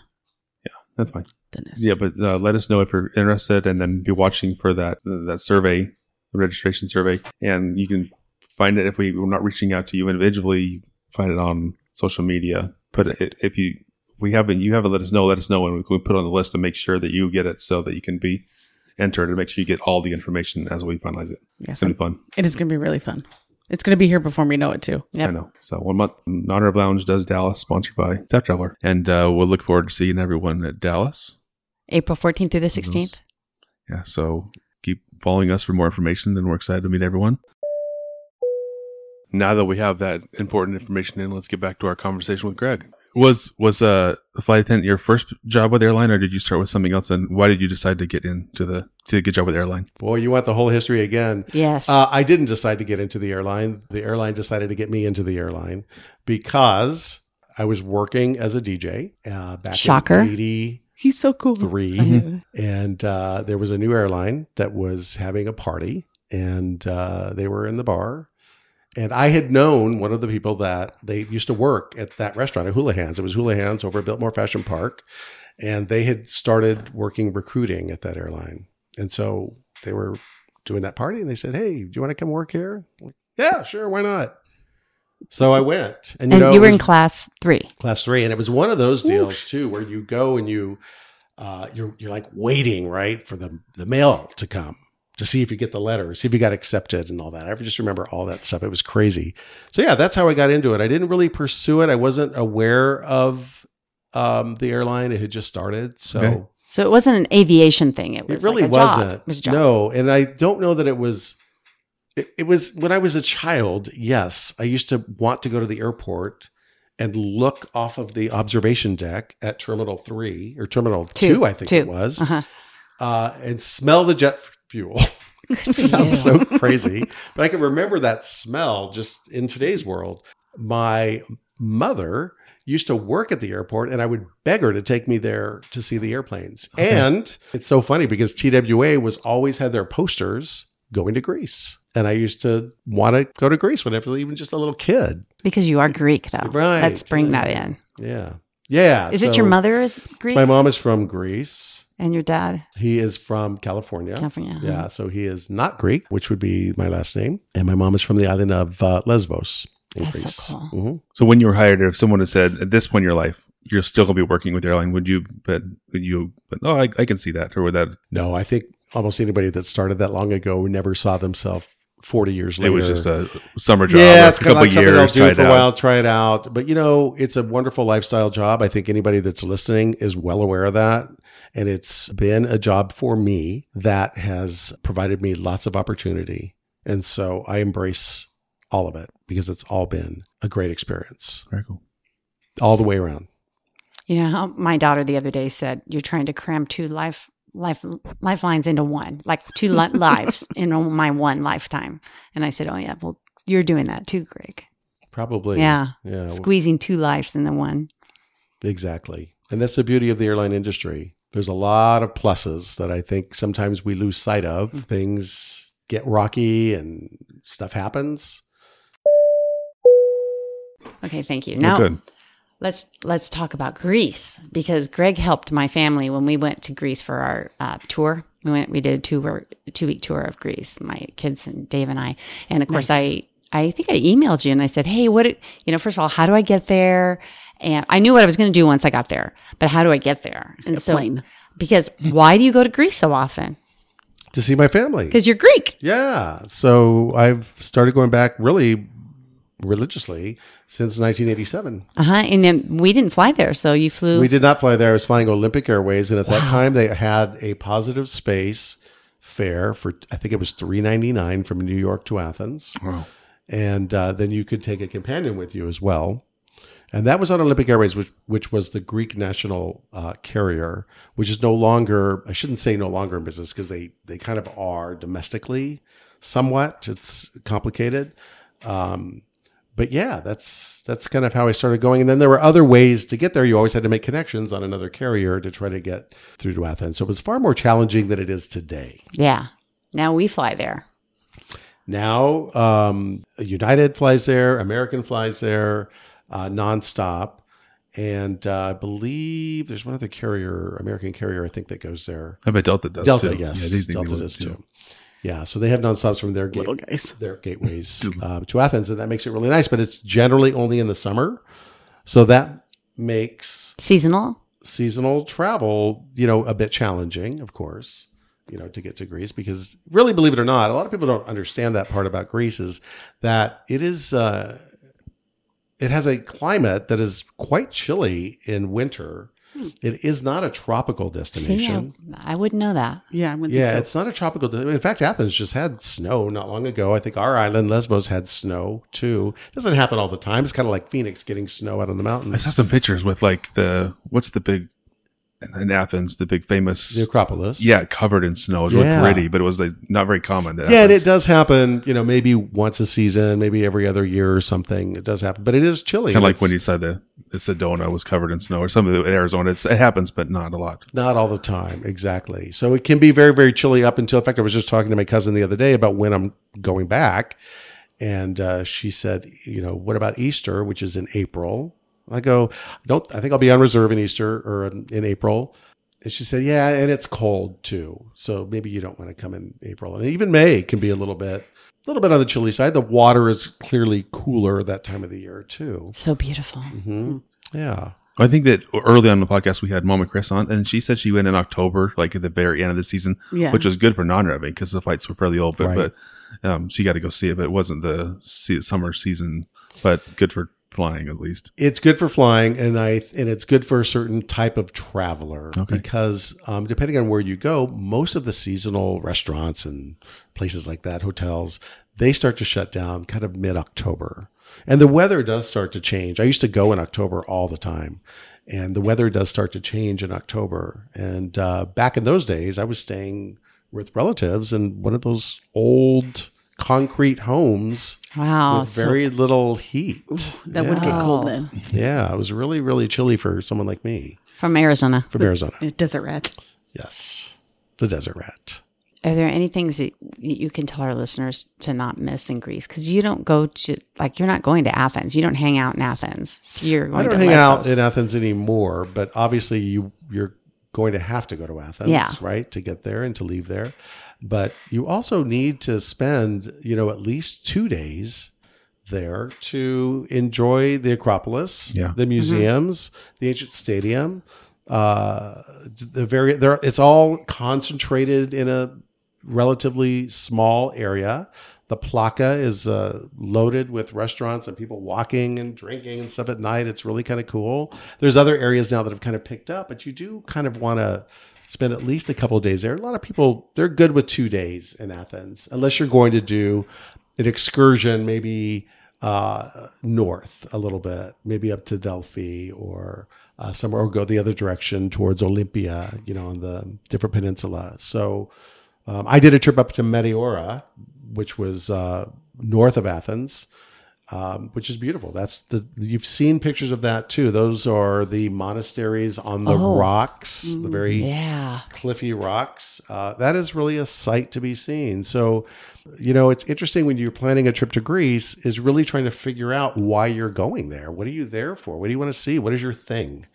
S3: That's fine.
S1: then this.
S3: Yeah, but uh, let us know if you're interested, and then be watching for that that survey, the registration survey, and you can find it if we, we're not reaching out to you individually. You can find it on social media. But it, if you we haven't you haven't let us know, let us know, and we can put it on the list to make sure that you get it so that you can be entered and make sure you get all the information as we finalize it.
S1: Yes,
S3: It's gonna be fun.
S1: it is going to be really fun. It's going to be here before we know it, too.
S4: Yep.
S3: I know. So one month, Honor of Lounge does Dallas, sponsored by Tap Traveler, and uh, we'll look forward to seeing everyone at Dallas.
S4: April 14th through the 16th.
S3: Yeah, so keep following us for more information, and we're excited to meet everyone. Now that we have that important information in, let's get back to our conversation with Greg. Was was uh, a flight attendant your first job with airline, or did you start with something else? And why did you decide to get into the to get a job with airline?
S5: Boy, you want the whole history again.
S4: Yes.
S5: Uh, I didn't decide to get into the airline. The airline decided to get me into the airline because I was working as a DJ uh, back
S4: Shocker.
S5: in 83.
S1: He's so cool.
S5: And uh, there was a new airline that was having a party, and uh, they were in the bar. And I had known one of the people that they used to work at that restaurant at Houlihan's. It was Houlihan's over at Biltmore Fashion Park. And they had started working recruiting at that airline. And so they were doing that party and they said, Hey, do you want to come work here? I'm like, yeah, sure. Why not? So I went. And you,
S4: and
S5: know,
S4: you were
S5: it was
S4: in class three.
S5: class three and it was one of those deals too where you go and you uh, you're you're like waiting right for the the mail to come to see if you get the letter see if you got accepted and all that i just remember all that stuff it was crazy so yeah that's how i got into it i didn't really pursue it i wasn't aware of um, the airline it had just started so
S3: Okay.
S4: So it wasn't an aviation thing. It was
S5: it really
S4: like a job.
S5: wasn't.
S4: It was a job.
S5: No, and I don't know that it was. It, it was when I was a child. Yes, I used to want to go to the airport and look off of the observation deck at Terminal Three or Terminal Two,
S4: Two,
S5: I think
S4: two.
S5: it was,
S4: Uh-huh.
S5: uh, and smell the jet fuel. It sounds so crazy, but I can remember that smell just in today's world. My mother used to work at the airport and I would beg her to take me there to see the airplanes. And it's so funny because TWA was always had their posters going to Greece. And I used to want to go to Greece whenever I was even just a little kid.
S4: Because you are Greek, though.
S5: Right.
S4: Let's bring
S5: Yeah.
S4: that in.
S5: Yeah. Yeah.
S4: Is it
S5: so-
S4: your mother is Greek?
S5: My mom is from Greece.
S4: And your dad?
S5: He is from California.
S4: California. uh-huh.
S5: Yeah, so he is not Greek, which would be my last name, and my mom is from the island of uh, Lesbos. In
S4: That's so
S5: Greece.
S4: cool.
S5: Mhm.
S3: So when you were hired, if someone had said at this point in your life you're still going to be working with airline, would you? But would you? But oh, I, I can see that, or would that?
S5: No, I think almost anybody that started that long ago never saw themselves forty years
S3: It
S5: later.
S3: was just a summer job.
S5: Yeah,
S3: or
S5: it's kind of like something I'll
S3: try
S5: do
S3: it
S5: for a
S3: out.
S5: while, try it out. But you know, it's a wonderful lifestyle job. I think anybody that's listening is well aware of that. And it's been a job for me that has provided me lots of opportunity. And so I embrace all of it because it's all been a great experience
S3: Very cool.
S5: all the way around.
S4: You know how my daughter the other day said, "You're trying to cram two life life lifelines into one, like two li- lives in my one lifetime." And I said, "Oh yeah, well you're doing that too, Greg.
S5: Probably.
S4: Yeah,
S5: Yeah.
S4: squeezing two lives in the one."
S5: Exactly. And that's the beauty of the airline industry. There's a lot of pluses that I think sometimes we lose sight of. Things get rocky and stuff happens.
S4: Okay, thank you.
S3: Well,
S4: Now
S3: good.
S4: let's let's talk about Greece because Greg helped my family when we went to Greece for our uh, tour. We went, we did a tour, two week tour of Greece. My kids and Dave and I, and of course I, I think I emailed you and I said, hey, what, it- you know, first of all, how do I get there? And I knew what I was going to do once I got there, but how do I get there? And
S1: a plane.
S4: Because why do you go to Greece so often?
S5: to see my family.
S4: Because you're Greek.
S5: Yeah. So I've started going back really religiously since 1987.
S4: Uh huh. And then we didn't fly there, so you flew.
S5: We did not fly there. I was flying Olympic Airways, and at that time they had a positive space fare for I think it was 3.99 from New York to Athens,
S3: Wow.
S5: and uh, then you could take a companion with you as well. And that was on Olympic Airways, which which was the Greek national uh, carrier, which is no longer I shouldn't say no longer in business because they they kind of are domestically somewhat. It's complicated. Um, but yeah, that's that's kind of how I started going. And then there were other ways to get there. You always had to make connections on another carrier to try to get through to Athens. So it was far more challenging than it is today.
S4: Yeah. Now we fly there.
S5: Now, um, United flies there, American flies there, uh, nonstop, and uh, I believe there's one other carrier, American carrier, I think that goes there.
S3: I bet Delta does
S5: Delta,
S3: too.
S5: yes,
S3: Yeah, they- they
S5: Delta
S3: would,
S5: does too. Yeah, so they have nonstops from their gate,
S1: Little guys.
S5: their gateways uh, to Athens, and that makes it really nice. But it's generally only in the summer, so that makes
S4: Seasonal.
S5: seasonal travel, you know, a bit challenging, of course, you know, to get to Greece because really, believe it or not, a lot of people don't understand that part about Greece is that it is, uh, it has a climate that is quite chilly in winter. It is not a tropical
S4: See, I,
S5: destination.
S4: I wouldn't know that.
S1: Yeah, I wouldn't
S5: yeah,
S1: think so.
S5: it's not a tropical. de- In fact, Athens just had snow not long ago. I think our island, Lesbos, had snow too. doesn't happen all the time. It's kind of like Phoenix getting snow out on the
S3: I saw
S5: mountains.
S3: some pictures with like the what's the big in Athens the big famous
S5: The Acropolis.
S3: yeah covered in snow. It was
S5: Yeah.
S3: really gritty, but it was like not very common. That
S5: Yeah, and
S3: happens.
S5: it does happen. You know, maybe once a season, maybe every other year or something. It does happen, but it is chilly.
S3: Kind of like
S5: It's
S3: when you said the, the Sedona was covered in snow or something in Arizona. It's, it happens, but not a lot.
S5: not all the time exactly. So it can be very, very chilly up until. In fact, I was just talking to my cousin the other day about when I'm going back, and uh, she said, you know, what about Easter, which is in April? I go, I don't. I think I'll be on reserve in Easter or in, in April. And she said, yeah, and it's cold too. So maybe you don't want to come in April, and even May can be a little bit. A little bit on the chilly side. The water is clearly cooler that time of the year too.
S4: So beautiful.
S5: hmm Yeah,
S3: I think that early on in the podcast we had Mama Chris on, and she said she went in October, like at the very end of the season,
S1: Yeah.
S3: which was good for non-revving because the fights were fairly old. But,
S5: Right.
S3: but um, she got to go see it, but it wasn't the se- summer season, but good for flying at least.
S5: it's good for flying, and I and it's good for a certain type of traveler
S3: Okay.
S5: because um, depending on where you go, most of the seasonal restaurants and places like that, hotels, they start to shut down kind of mid October, and the weather does start to change. I used to go in October all the time, and the weather does start to change in October. And uh, back in those days, I was staying with relatives in one of those old concrete homes
S4: Wow.
S5: with
S4: so-
S5: very little heat.
S1: that would
S5: Yeah.
S1: get cold then.
S5: Yeah, it was really, really chilly for someone like me
S4: from Arizona.
S5: from Arizona.
S1: A desert rat.
S5: Yes, the desert rat.
S4: Are there any things that that you can tell our listeners to not miss in Greece? Because you don't go to like you're not going to Athens. You don't hang out in Athens. You're going
S5: I don't
S4: to
S5: hang
S4: Lesbos.
S5: out in Athens anymore, but obviously you you're going to have to go to Athens,
S4: Yeah.
S5: right, to get there and to leave there. But you also need to spend, you know, at least two days there to enjoy the Acropolis,
S3: Yeah.
S4: Mm-hmm.
S5: the museums, the ancient stadium. Uh, the very there, it's all concentrated in a relatively small area. The placa is uh, loaded with restaurants and people walking and drinking and stuff at night. It's really kind of cool. There's other areas now that have kind of picked up, but you do kind of want to spend at least a couple of days there. A lot of people they're good with two days in Athens, unless you're going to do an excursion, maybe uh, north a little bit, maybe up to Delphi or uh, somewhere, or go the other direction towards Olympia, you know, on the different peninsula. So um, I did a trip up to Meteora, which was uh, north of Athens. Um, which is beautiful. That's the you've seen pictures of that too. Those are the monasteries on the
S4: Oh. Mm,
S5: rocks, the very
S4: Yeah.
S5: cliffy rocks. Uh, that is really a sight to be seen. So, you know, it's interesting when you're planning a trip to Greece, is really trying to figure out why you're going there. What are you there for? What do you want to see? What is your thing?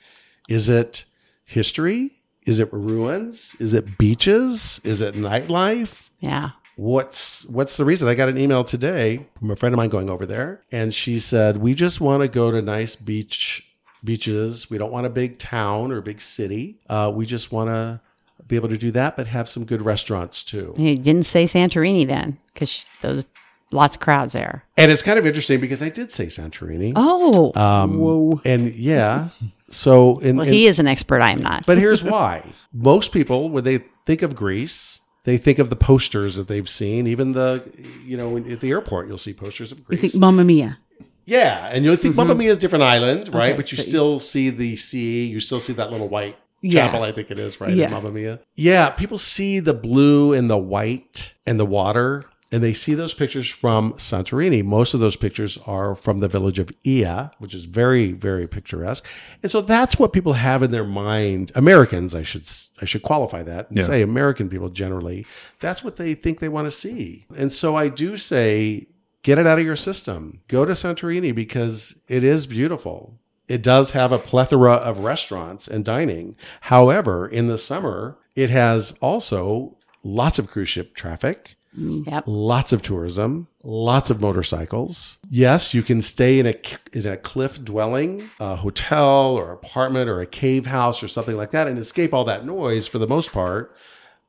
S5: Is it history? Is it ruins? Is it beaches? Is it nightlife?
S4: Yeah.
S5: what's what's the reason i got an email today from a friend of mine going over there and she said we just want to go to nice beach beaches we don't want a big town or big city uh, we just want to be able to do that, but have some good restaurants too.
S4: You didn't say Santorini then because those lots of crowds there.
S5: And it's kind of interesting because I did say Santorini.
S4: Oh,
S5: Um, Whoa. And yeah. So, in,
S4: well,
S5: in-
S4: he is an expert. I'm not.
S5: but here's why. Most people, when they think of Greece, they think of the posters that they've seen. Even the, you know, at the airport, you'll see posters of
S1: You
S5: Greece.
S1: think Mamma Mia.
S5: yeah. And you'll think Mamma Mia is a different island, right?
S1: Mm-hmm. Okay,
S5: but you
S1: but you-
S5: still see the sea. You still see that little white
S1: Yeah.
S5: chapel, I think it is, right?
S1: Yeah.
S5: Yeah. Mamma Mia. Yeah. People see the blue and the white and the water. And they see those pictures from Santorini. Most of those pictures are from the village of Ia, which is very, very picturesque. And so that's what people have in their mind. Americans, I should s- I should qualify that and
S3: Yeah.
S5: say American people generally. That's what they think they want to see. And so I do say get it out of your system. Go to Santorini because it is beautiful. It does have a plethora of restaurants and dining. However, in the summer, it has also lots of cruise ship traffic,
S4: Yep.
S5: lots of tourism, lots of motorcycles. Yes, you can stay in a in a cliff dwelling, a hotel or apartment or a cave house or something like that and escape all that noise for the most part.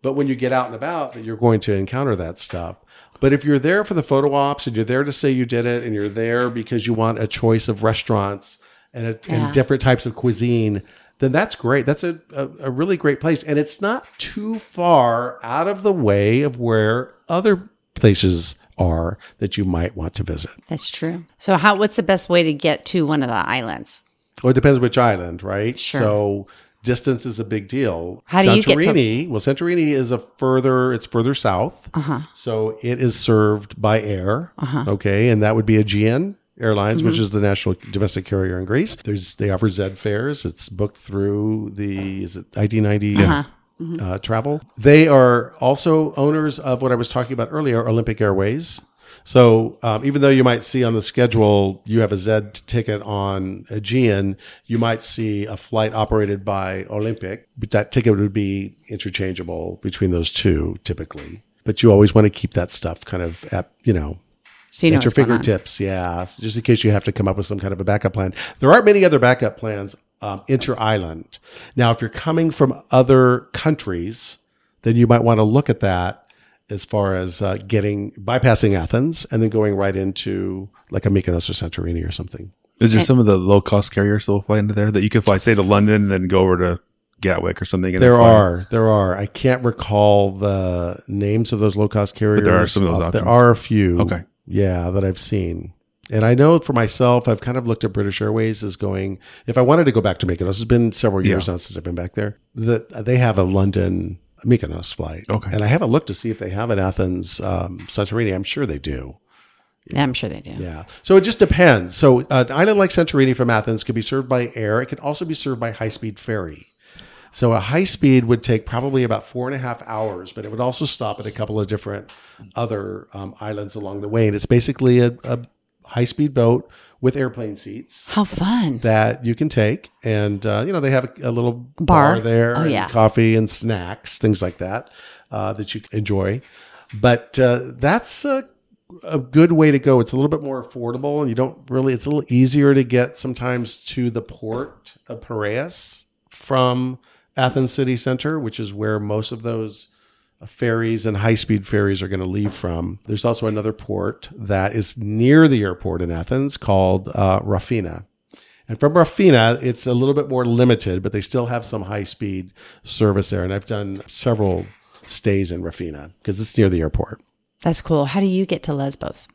S5: But when you get out and about, that you're going to encounter that stuff. But if you're there for the photo ops and you're there to say you did it and you're there because you want a choice of restaurants and, a,
S4: Yeah.
S5: and different types of cuisine, then that's great. That's a, a, a really great place. And it's not too far out of the way of where other places are that you might want to visit.
S4: That's true. So, how? What's the best way to get to one of the islands?
S5: Well, it depends which island, right?
S4: Sure.
S5: So distance is a big deal.
S4: How do you get to-
S5: Santorini, well, Santorini is a further, it's further south.
S4: Uh huh.
S5: So it is served by air.
S4: Uh-huh. Mm-hmm.
S5: Okay. And that would be Aegean Airlines, which is the national domestic carrier in Greece. There's they offer Zed fares. It's booked through the is it ID 90
S4: Uh-huh.
S5: uh, travel. They are also owners of what I was talking about earlier, Olympic Airways. So um, even though you might see on the schedule you have a Zed ticket on Aegean, you might see a flight operated by Olympic, but that ticket would be interchangeable between those two typically. But you always want to keep that stuff kind of at you know
S4: So you know
S5: at your
S4: what's going on.
S5: fingertips. Yeah, so just in case you have to come up with some kind of a backup plan. There aren't many other backup plans um, inter island. Now, if you're coming from other countries, then you might want to look at that as far as uh, getting bypassing Athens and then going right into like a Mykonos or Santorini or something.
S3: Is there some of the low cost carriers that will fly into there that you could fly, say, to London and then go over to Gatwick or something? And then
S5: There
S3: fly?
S5: are, there are. I can't recall the names of those low cost carriers.
S3: there are some of those
S5: Uh, There
S3: options.
S5: are a few.
S3: Okay.
S5: Yeah, that I've seen. And I know for myself, I've kind of looked at British Airways as going, if I wanted to go back to Mykonos, it's been several years
S3: Yeah.
S5: now since I've been back there, that they have a London Mykonos flight.
S3: Okay.
S5: And I haven't looked to see if they have an Athens um, Santorini. I'm sure they do.
S4: Yeah, I'm sure they do.
S5: Yeah. So it just depends. So an island like Santorini from Athens could be served by air. It can also be served by high speed ferry. So a high speed would take probably about four and a half hours, but it would also stop at a couple of different other um, islands along the way. And it's basically a, a high speed boat with airplane seats
S4: How fun!
S5: that you can take. And, uh, you know, they have a, a little
S4: Bar.
S5: bar, there,
S4: Oh,
S5: and
S4: yeah.
S5: coffee and snacks, things like that, uh, that you can enjoy. But uh, that's a, a good way to go. It's a little bit more affordable, and you don't really, it's a little easier to get sometimes to the port of Piraeus from Athens city center, which is where most of those uh, ferries and high speed ferries are going to leave from. There's also another port that is near the airport in Athens called uh, Rafina. And from Rafina, it's a little bit more limited, but they still have some high speed service there. And I've done several stays in Rafina because it's near the airport.
S4: That's cool. How do you get to Lesbos?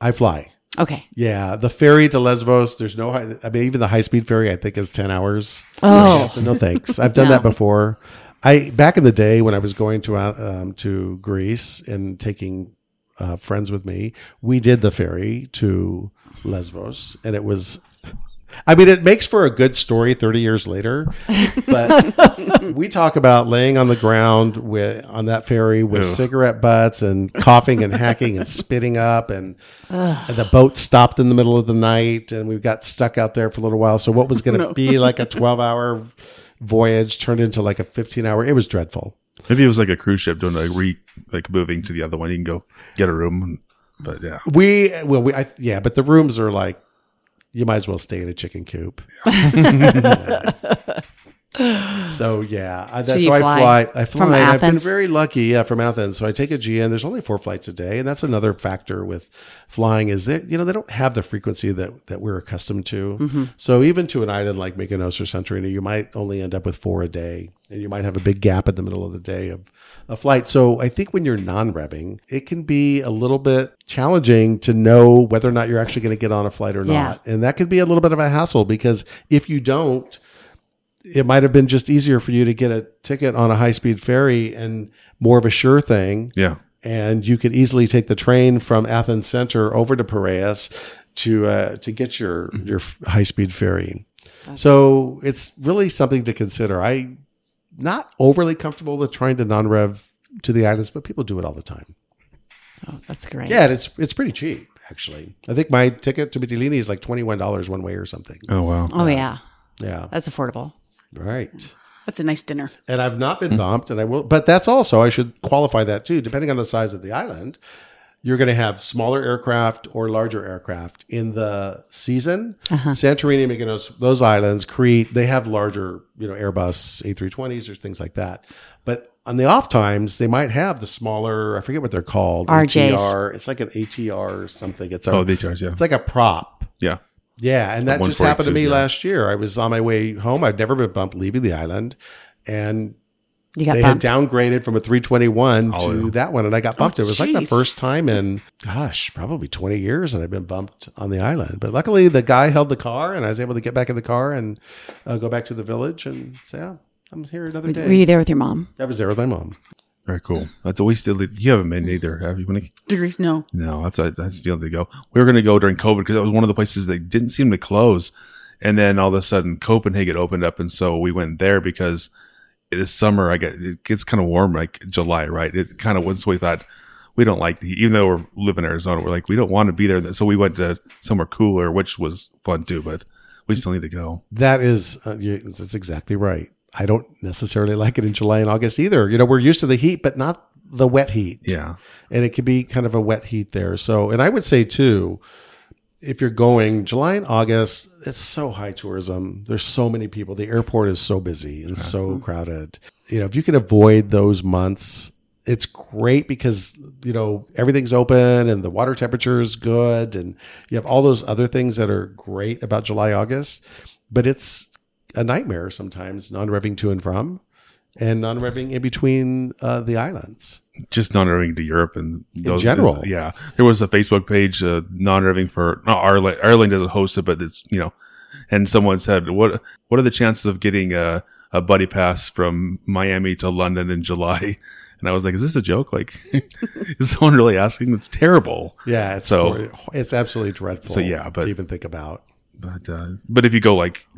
S5: I fly.
S4: Okay.
S5: Yeah, the ferry to Lesbos. There's no. High, I mean, even the high speed ferry, I think, is ten hours.
S4: Oh.
S5: Yeah, so no thanks. I've done that before. I back in the day when I was going to uh, um, to Greece and taking uh, friends with me, we did the ferry to Lesbos, and it was. I mean, it makes for a good story 30 years later, but we talk about laying on the ground with, on that ferry with
S3: Ugh.
S5: cigarette butts and coughing and hacking and spitting up and and the boat stopped in the middle of the night and we got stuck out there for a little while. So what was going to
S1: No.
S5: be like a 12 hour voyage turned into like a 15 hour. It was dreadful.
S3: Maybe it was like a cruise ship doing like re like moving to the other one. You can go get a room, and, but yeah,
S5: We, well, we, I, yeah, but the rooms are like, you might as well stay in a chicken coop. So yeah, I,
S4: So
S5: that's
S4: you
S5: why
S4: fly
S5: I fly. I fly.
S4: from
S5: I've been
S4: Athens?
S5: very lucky. Yeah, from Athens. So I take a GN. There's only four flights a day, and that's another factor with flying is that you know they don't have the frequency that that we're accustomed to. So even to an island like Mykonos or Santorini, you might only end up with four a day, and you might have a big gap in the middle of the day of a flight. So I think when you're non-rebbing, it can be a little bit challenging to know whether or not you're actually going to get on a flight or
S4: Yeah.
S5: not, and that could be a little bit of a hassle because if you don't it might have been just easier for you to get a ticket on a high speed ferry and more of a sure thing.
S3: Yeah.
S5: And you could easily take the train from Athens Center over to Piraeus to uh, to get your your high speed ferry. so it's really something to consider. I not overly comfortable with trying to non rev to the islands, but people do it all the time.
S4: Oh, that's great.
S5: Yeah, and it's it's pretty cheap actually. I think my ticket to Mytilene is like twenty one dollars one way or something.
S3: Oh wow.
S4: Oh yeah,
S5: Yeah,
S4: that's affordable.
S5: right.
S1: That's a nice dinner.
S5: and I've not
S3: Hmm.
S5: been bumped, and I will. But that's also I should qualify that too. Depending on the size of the island, you're going to have smaller aircraft or larger aircraft in the season.
S3: Uh-huh.
S5: Santorini, Mykonos, those islands, Crete, they have larger, you know, Airbus A320s or things like that. But on the off times, they might have the smaller. I forget what they're called.
S4: RJs.
S5: ATR. It's like an ATR or something. It's a.
S3: Oh, they charge. Yeah.
S5: it's like a prop.
S3: Yeah.
S5: Yeah, and that
S3: The
S5: just happened to
S3: 142s,
S5: me
S3: yeah.
S5: last year. I was on my way home. I'd never been bumped leaving the island, and
S4: You got
S5: they
S4: bumped. Oh,
S5: had downgraded from a 321
S3: Oh,
S5: to
S3: yeah.
S5: that one, and I got bumped. it was like the
S1: jeez.
S5: first time in, gosh, probably 20 years that I've been bumped on the island. But luckily, the guy held the car, and I was able to get back in the car and uh, go back to the village and say, oh, I'm here another
S4: Were you
S5: day.
S4: there with your mom?
S5: I was there with my mom.
S3: Very cool. That's a wasted. lead- You haven't been either, have you? Monique?
S1: Degrees, no.
S3: No, that's a, that's the other go. We were going to go during COVID because that was one of the places that didn't seem to close, and then all of a sudden Copenhagen opened up, and so we went there because this summer I get it gets kind of warm like July, right? It kind of was. So we thought we don't like the, even though we're living in Arizona, we're like we don't want to be there. So we went to somewhere cooler, which was fun too, but we still need to go.
S5: That is, uh, you, that's exactly right. I don't necessarily like it in July and August either. You know, we're used to the heat, but not the wet heat.
S3: Yeah,
S5: and it can be kind of a wet heat there. So, and I would say too, if you're going July and August, it's so high tourism. There's so many people. The airport is so busy and so crowded. You know, if you can avoid those months, it's great because you know everything's open and the water temperature is good, and you have all those other things that are great about July August. But it's a nightmare sometimes non-revving to and from, and non-revving in between uh, the islands.
S3: just non-revving to Europe and those
S5: general.
S3: yeah, there was a Facebook page uh, non-revving for not Ireland. Ireland doesn't host it, but it's you know, and someone said, "What what are the chances of getting a a buddy pass from Miami to London in July?" And I was like, "Is this a joke? Like, is someone really asking? It's terrible."
S5: Yeah, it's
S3: So-
S5: so it's absolutely dreadful.
S3: So, yeah, but-
S5: to even think about
S3: But uh, but if you go like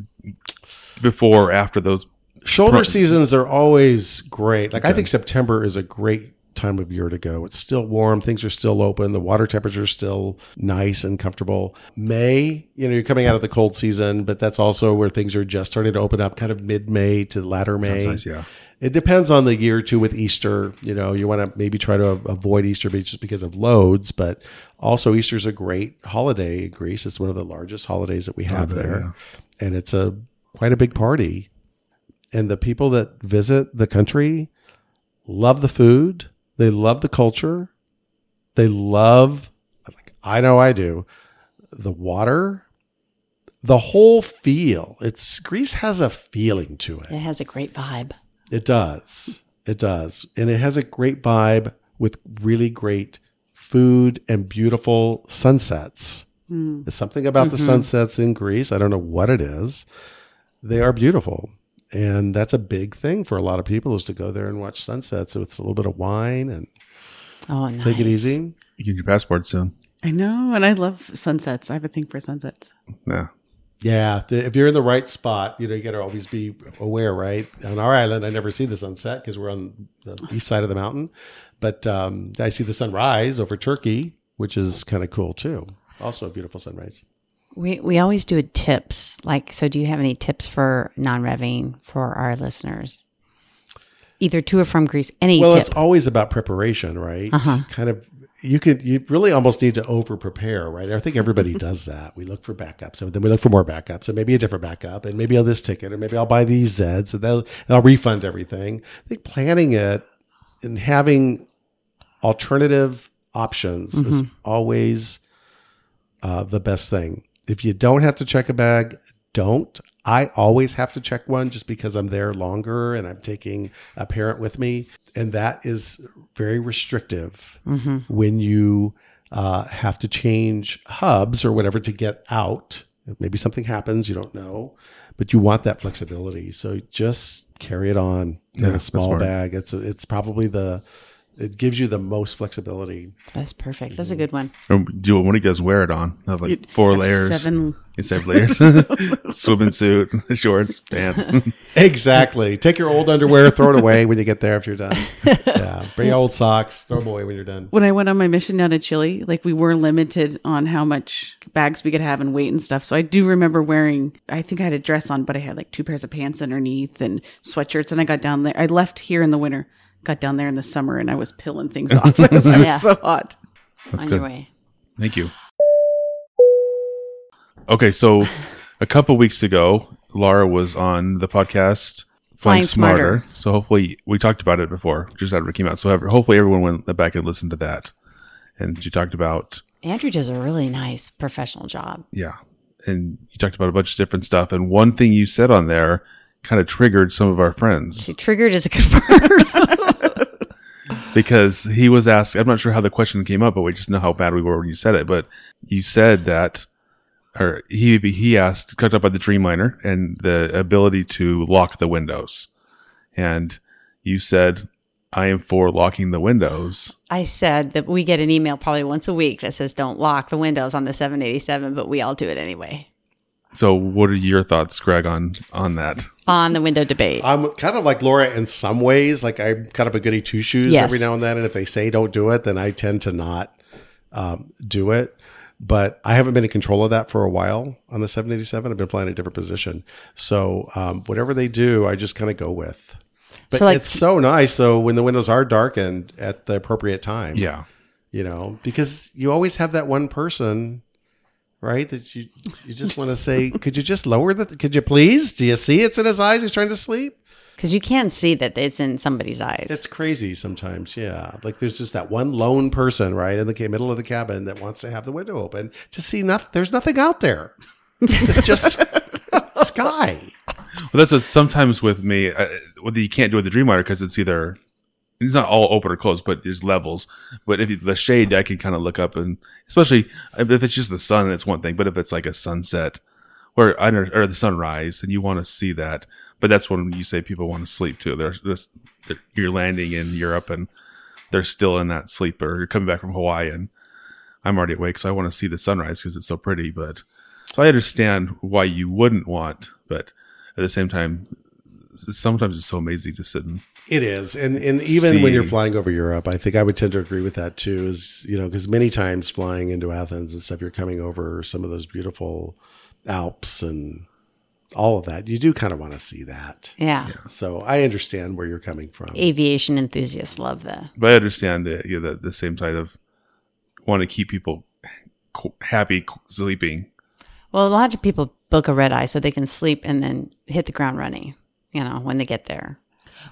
S3: before or after those,
S5: shoulder
S3: Pro-
S5: seasons are always great. Like I think September is a great time of year to go. It's still warm, things are still open, the water temperature is still nice and comfortable. May, you know, you're coming out of the cold season, but that's also where things are just starting to open up, kind of mid May to latter May.
S3: nice, yeah.
S5: It depends on the year too. With Easter, you know, you want to maybe try to a- avoid Easter beaches because of loads, but also Easter's a great holiday in Greece. It's one of the largest holidays that we have
S3: Holiday,
S5: there, and it's a quite a big party. And the people that visit the country love the food. They love the culture. They love, like I know I do, the water. The whole feel. It's Greece has a feeling to it.
S4: It has a great vibe.
S5: It does. It does. And it has a great vibe with really great food and beautiful sunsets.
S1: Mm.
S5: It's something about the
S4: Mhm.
S5: sunsets in Greece. I don't know what it is. They are beautiful. And that's a big thing for a lot of people is to go there and watch sunsets with a little bit of wine and
S4: Oh, nice.
S5: take it easy.
S3: You get your passport soon.
S1: I know, and I love sunsets. I have a thing for sunsets.
S3: Yeah,
S5: Yeah, th- if you're in the right spot, you know you got to always be aware, right? On our island, I never see the sunset because we're on the east side of the mountain, but um, I see the sunrise over Turkey, which is kind of cool too. Also, a beautiful sunrise.
S4: We we always do a tips. Like, so do you have any tips for non revving for our listeners? either to or from Greece. Any
S5: well,
S4: tip?
S5: it's always about preparation, right?
S4: Uh-huh.
S5: Kind of, you could, you really almost need to over prepare, right? I think everybody does that. We look for backups, and then we look for more backups, and maybe a different backup, and maybe I'll this ticket, or maybe I'll buy these Zeds, and, they'll- and I'll refund everything. I think planning it and having alternative options is
S4: Mm-hmm.
S5: always uh, the best thing. If you don't have to check a bag, don't. I always have to check one just because I'm there longer and I'm taking a parent with me. And that is very restrictive
S3: Mm-hmm.
S5: when you uh, have to change hubs or whatever to get out. Maybe something happens, you don't know, but you want that flexibility. So just carry it on in
S3: Yeah,
S5: a
S3: that's
S5: small
S3: smart.
S5: bag. It's it's probably the it gives you the most flexibility.
S4: That's perfect. That's a good one.
S3: Or do what do you guys wear it on? I have like
S1: You'd
S3: four
S1: have
S3: layers.
S1: Seven.
S3: It's have layers. Swimming suit, shorts, pants.
S5: Exactly. Take your old underwear, throw it away when you get there after you're done. Yeah. Bring your old socks, throw them away when you're done.
S1: When I went on my mission down to Chile, like we were limited on how much bags we could have and weight and stuff. So I do remember wearing, I think I had a dress on, but I had like two pairs of pants underneath and sweatshirts. And I got down there. I left here in the winter, got down there in the summer, and I was peeling things off. it was
S4: Yeah.
S1: so hot.
S3: That's
S4: On
S3: good.
S4: your way.
S3: Thank you. Okay, so a couple weeks ago, Laura was on the podcast
S4: Flying Smarter.
S3: So hopefully, we talked about it before, just after it came out. So ever- hopefully, everyone went back and listened to that. And you talked about
S4: Andrew does a really nice professional job.
S3: yeah, and you talked about a bunch of different stuff. And one thing you said on there kind of triggered some of our friends.
S4: She triggered is a good word.
S3: because he was asked i'm not sure how the question came up but we just know how bad we were when you said it but you said that or he he asked cut up by the dreamliner and the ability to lock the windows and you said i am for locking the windows
S4: I said that we get an email probably once a week that says don't lock the windows on the 787, but we all do it anyway
S3: so what are your thoughts greg on on that
S4: on the window debate.
S5: I'm kind of like Laura in some ways. Like I'm kind of a goody two shoes
S4: Yes.
S5: every now and then. And if they say don't do it, then I tend to not um, do it. But I haven't been in control of that for a while on the 787. I've been flying a different position. So um, whatever they do, I just kind of go with. But
S4: So, like-
S5: it's so nice. So when the windows are darkened at the appropriate time,
S3: yeah
S5: you know, because you always have that one person, right? That you you just want to say, could you just lower that? Could you please? Do you see it's in his eyes? He's trying to sleep.
S4: Because you can see that it's in somebody's eyes.
S5: It's crazy sometimes, yeah. Like there's just that one lone person, right, in the ca- middle of the cabin that wants to have the window open to see not there's nothing out there. It's just sky.
S3: well that's what sometimes with me uh, what you can't do with the dreamliner because it's either it's not all open or closed, but there's levels. But if you, the shade, I can kind of look up and especially if it's just the sun, it's one thing. But if it's like a sunset or under- or the sunrise, and you want to see that, but that's when you say people want to sleep too. They're just they're, you're landing in Europe and they're still in that sleep, or you're coming back from Hawaii and I'm already awake, so I want to see the sunrise because it's so pretty. But so I understand why you wouldn't want, but at the same time, s- sometimes it's so amazing to sit and
S5: It is, and and even when you're
S3: See.
S5: flying over Europe, I think I would tend to agree with that too. Is you know because many times flying into Athens and stuff, you're coming over some of those beautiful Alps and all of that. You do kind of want to see that.
S4: yeah.
S5: So I understand where you're coming from.
S4: Aviation enthusiasts love the.
S3: but I understand the you know, the, the same type of want to keep people qu- happy qu- sleeping.
S4: Well, a lot of people book a red eye so they can sleep and then hit the ground running, you know, when they get there.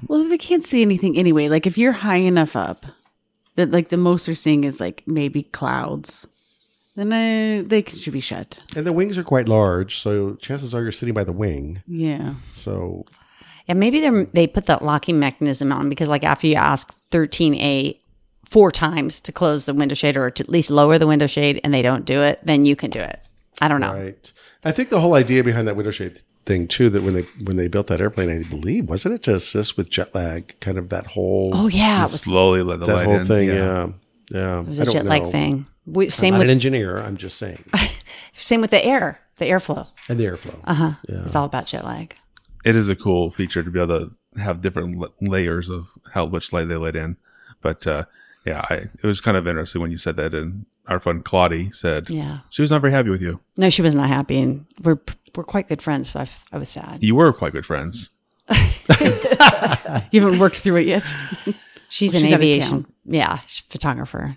S1: Well, they can't see anything anyway. Like if you're high enough up, that like the most they're seeing is like maybe clouds, then I, they c- should be shut.
S5: And the wings are quite large, so chances are you're sitting by the wing.
S1: Yeah.
S5: So
S4: And maybe they they put that locking mechanism on because like after you ask 13A four times to close the window shade or to at least lower the window shade and they don't do it, then you can do it. I don't know.
S5: right. I think the whole idea behind that window shade thing too, that when they when they built that airplane, I believe, wasn't it to assist with jet lag? Kind of that whole
S4: Oh yeah, it was,
S3: Slowly let the
S5: that
S3: light
S5: whole
S3: in.
S5: thing, yeah. Yeah.
S4: it was a jet lag thing. We,
S5: I'm
S4: same
S5: not an
S4: with
S5: engineer, I'm just saying.
S4: same with the air, the airflow.
S5: And the airflow.
S4: Uh-huh. It's all about jet lag.
S3: It is a cool feature to be able to have different l- layers of how much light they let in. But uh, yeah, I, it was kind of interesting when you said that. And our friend Claudie said
S4: Yeah.
S3: she was not very happy with you.
S4: No, she was not happy and we're we're quite good friends, so I, f- I was sad.
S3: You were quite good friends.
S1: You haven't worked through it yet.
S4: She's
S1: Well,
S4: an
S1: she's out of
S4: aviation.
S1: town.
S4: Yeah, she's a photographer.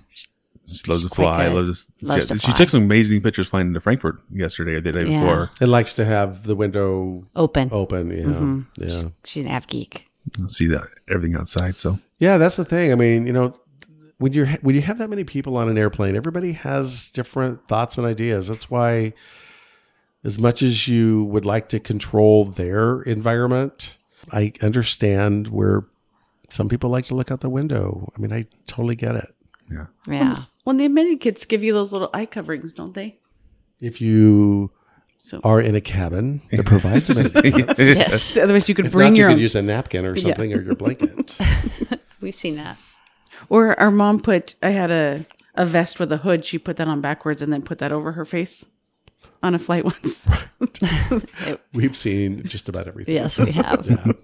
S3: She loves to
S4: quite
S3: fly.
S4: good.
S3: Loves to,
S4: Loves
S3: yeah,
S4: to
S3: She
S4: fly.
S3: took some amazing pictures flying into Frankfurt yesterday or the day
S4: Yeah.
S3: before.
S5: It likes to have the window
S4: Open.
S5: open. Yeah.
S4: Mhm.
S1: Mm-hmm.
S5: Yeah.
S4: She's an av geek.
S3: I'll see that everything outside. So
S5: Yeah. That's the thing. I mean, you know, when you're when you have that many people on an airplane, everybody has different thoughts and ideas. That's why, as much as you would like to control their environment, I understand where some people like to look out the window. I mean, I totally get it.
S4: Yeah.
S1: When the amenity kits give you those little eye coverings, don't they?
S5: If you
S1: So
S5: are in a cabin that provides them,
S4: yes.
S1: otherwise, you could
S5: if
S1: bring
S5: not,
S1: your
S5: you
S1: own.
S5: could use a napkin or something or your blanket.
S4: We've seen that.
S1: Or our mom put. I had a a vest with a hood. She put that on backwards and then put that over her face on a flight once.
S5: We've seen just about everything.
S4: Yes, we have.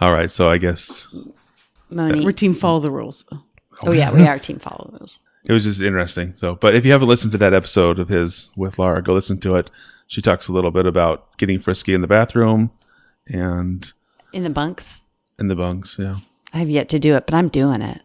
S3: all right. So I guess
S4: Moni.
S1: We're team follow the rules.
S4: Oh, yeah, we are team followers.
S3: it was just interesting. So, but if you haven't listened to that episode of his with Laura, go listen to it. She talks a little bit about getting frisky in the bathroom and
S4: In the bunks.
S3: in the bunks. Yeah.
S4: I have yet to do it, but I'm doing it.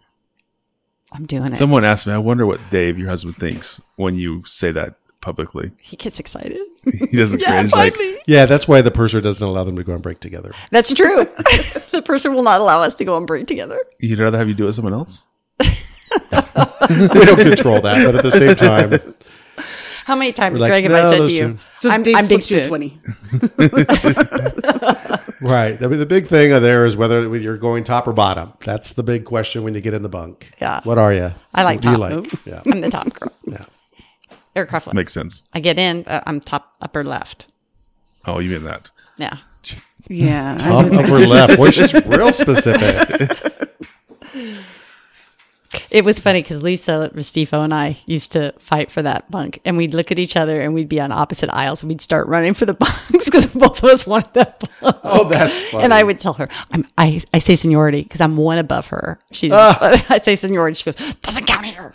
S4: I'm doing it.
S3: Someone asked me, I wonder what Dave, your husband, thinks when you say that publicly.
S4: He gets excited.
S3: He doesn't cringe. Like,
S5: Yeah, that's why the purser doesn't allow them to go on break together.
S4: That's true. the person will not allow us to go on break together.
S3: he'd rather have you do it with someone else.
S5: We don't control that, but at the same time,
S4: How many times,
S5: We're like,
S4: Greg, have
S5: "No,
S4: I said
S5: those
S4: to you,
S5: two."
S1: So
S4: I'm,
S1: Dave
S4: I'm Big
S1: slipped you a
S4: Spoon.
S1: twenty.
S5: right? I mean, the big thing there is whether you're going top or bottom. That's the big question when you get in the bunk.
S4: Yeah.
S5: What are you?
S4: I like
S5: What do you
S4: top.
S5: like? Yeah.
S4: I'm the top girl.
S5: Yeah.
S4: Aircraft left.
S3: Makes sense.
S4: I get in, uh, I'm top upper left.
S3: Oh, you mean that.
S4: Yeah.
S1: Yeah, I
S5: Up,
S1: was gonna-
S5: upper left. Boy, she's real specific.
S4: It was funny because Lisa Restifo and I used to fight for that bunk, and we'd look at each other and we'd be on opposite aisles and we'd start running for the bunks because both of us wanted that bunk.
S5: Oh, that's funny.
S4: And I would tell her, I'm, I, I say seniority because I'm one above her. She's,
S5: Ah.
S4: I say seniority. She goes, doesn't count here.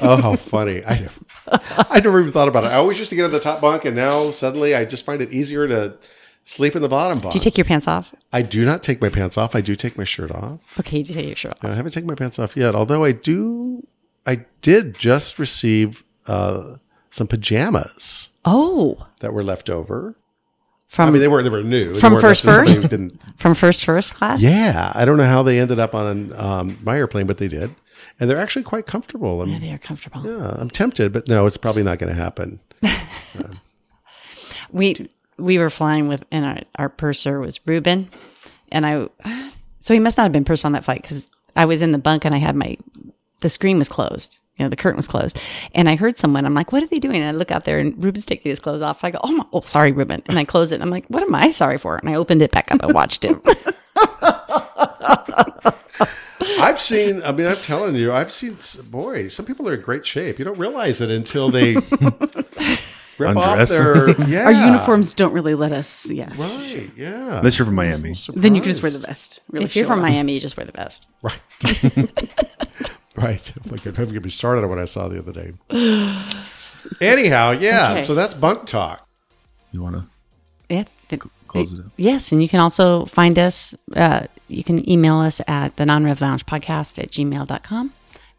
S5: Oh, how funny! I never, I never even thought about it. I always used to get in the top bunk, and now suddenly I just find it easier to sleep in the bottom bunk.
S4: Do you take your pants off?
S5: I do not take my pants off. I do take my shirt off.
S4: Okay, you take your shirt off.
S5: Uh, I haven't taken my pants off yet. Although I do, I did just receive uh, some pajamas
S4: Oh,
S5: that were left over.
S4: from
S5: I mean, they were they were new They
S4: from
S5: weren't
S4: first
S5: necessarily-
S4: first?
S5: Didn't,
S4: from first first class.
S5: yeah, I don't know how they ended up on um, my airplane, but they did, and they're actually quite comfortable. I'm,
S4: Yeah,
S5: yeah,
S4: they are comfortable.
S5: I'm tempted, but no, it's probably not going to happen.
S4: we we were flying with and our, our purser was Ruben and I so he must not have been purser on that flight because I was in the bunk and I had my the screen was closed you know the curtain was closed and I heard someone I'm like what are they doing and I look out there and Ruben's taking his clothes off I go oh, my, oh sorry Ruben and I close it and I'm like what am I sorry for and I opened it back up and watched him
S5: I've seen. I mean, I'm telling you, I've seen. s- Boy, some people are in great shape. You don't realize it until they rip off
S3: Undress.
S5: their yeah.
S1: Our uniforms don't really let us. Yeah,
S5: Right. Yeah.
S3: Unless you're from Miami.
S1: then you can just wear the vest. Really
S4: if you're
S1: show
S4: from
S1: off.
S4: Miami you just wear the vest
S5: Right. right. Oh my God, I'm going to started on what I saw the other day. Anyhow, yeah.
S1: Okay.
S5: So that's bunk talk.
S3: You want to
S4: yeah th-
S3: close it up?
S4: Yes, and you can also find us. Uh, you can email us at the non-rev lounge podcast at gmail.com.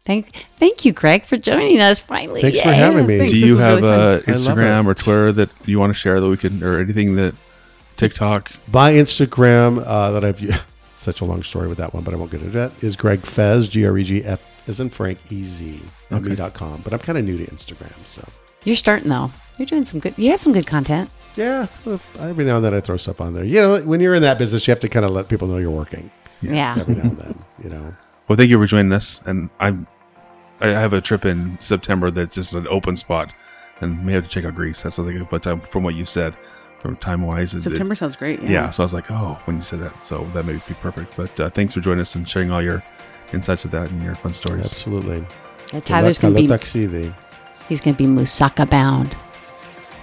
S4: Thank, thank you, Greg, for joining us finally.
S5: Thanks for
S4: Yay.
S5: having me.
S1: thanks.
S3: Do
S1: This
S3: you
S1: was
S3: have
S1: really
S3: uh,
S5: I love
S3: Instagram or
S5: it.
S3: Twitter that you want to share that we can, or anything that TikTok?
S5: My Instagram uh, that I've such a long story with that one, but I won't get into that. Is Greg Fez G R E G F as in Frank E Z at me dot com. But I'm kind of new to Instagram, so
S4: You're starting though. You're doing some good. You have some good content.
S5: yeah. Every now and then I throw stuff on there. You know, when you're in that business, you have to kind of let people know you're working
S4: Yeah.
S5: every now and then. You know.
S3: Well, thank you for joining us. And I'm, I have a trip in September that's just an open spot, and may have to check out Greece. That's something. But time, from what you said, from time wise,
S1: September sounds great.
S3: Yeah. So I was like, oh, when you said that, so that may be perfect. But uh, thanks for joining us and sharing all your insights of that and your fun stories.
S5: Absolutely. E
S4: And Tyler's gonna be
S5: Kalataksidi.
S4: he's gonna be Musaka bound.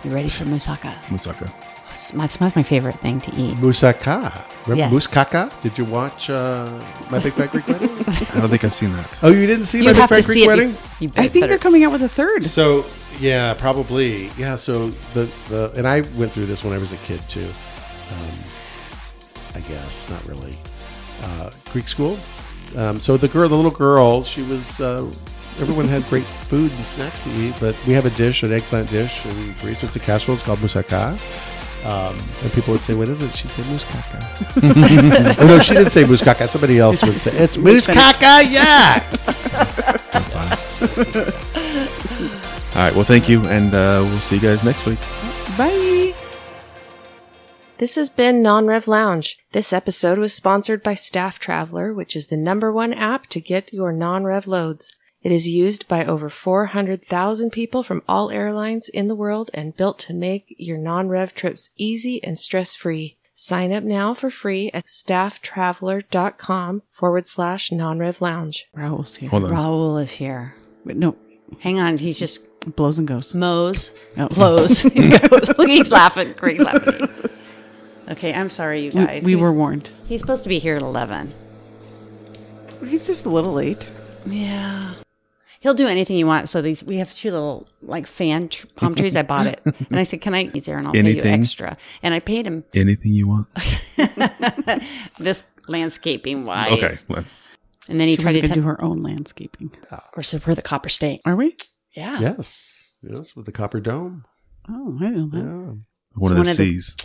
S4: You ready for Musaka?
S3: Musaka.
S4: That's my, that's my favorite thing to eat.
S5: Musaka. Remember
S4: Yes.
S5: Muskaka? Did you watch uh, My Big Fat Greek Wedding?
S3: I don't think I've seen that.
S5: Oh, you didn't see
S4: You
S5: My Big
S4: have to
S5: Fat
S4: see
S5: Greek
S4: it.
S5: Wedding?
S4: You, you
S1: I think
S4: better-
S1: they're coming out with a third.
S5: So yeah, probably yeah. So the the and I went through this when I was a kid too. Um, I guess, not really, uh, Greek school. Um, so the girl, the little girl, she was. Uh, everyone had great food and snacks to eat, but we have a dish, an eggplant dish in Greece. It's a casserole. It's called moussaka. Um, and people would say, "What is it?" She'd say, "Moussaka." oh, no, she didn't say moussaka. Somebody else would say, "It's moussaka." Yeah.
S3: That's fine. All right. Well, thank you, and uh, we'll see you guys next week.
S1: Bye.
S2: This has been Non-Rev Lounge. This episode was sponsored by Staff Traveler, which is the number one app to get your non-rev loads. It is used by over 400,000 people from all airlines in the world and built to make your non-rev trips easy and stress-free. Sign up now for free at stafftraveler.com forward slash non-rev lounge.
S1: Raul's here.
S3: Hold on.
S4: Raul is here.
S1: Wait, no,
S4: Hang on. He's just
S1: blows and goes.
S4: mows,
S1: Oh.
S4: blows, and goes. Look, he's laughing. Greg's laughing. at you. Okay, I'm sorry, you
S1: We,
S4: guys.
S1: we
S4: He's-
S1: were warned.
S4: He's supposed to be here at 11.
S1: He's just a little late.
S4: Yeah. He'll do anything you want. So these we have two little like fan tr- palm trees. I bought it, and I said, "Can I?" He's there, and I'll pay you
S3: Anything?
S4: extra. And I paid him
S3: Anything you want.
S4: this landscaping wise.
S3: Okay. Let's.
S4: And then he
S1: she
S4: tried
S1: was
S4: to
S1: going
S4: tell.
S1: to do her own landscaping.
S4: Of course, we're the Copper State.
S1: Are we?
S4: Yeah.
S5: Yes. Yes, with the copper dome.
S1: Oh, I don't know.
S5: Yeah.
S3: One of
S4: one
S3: the
S4: of the-
S3: C's.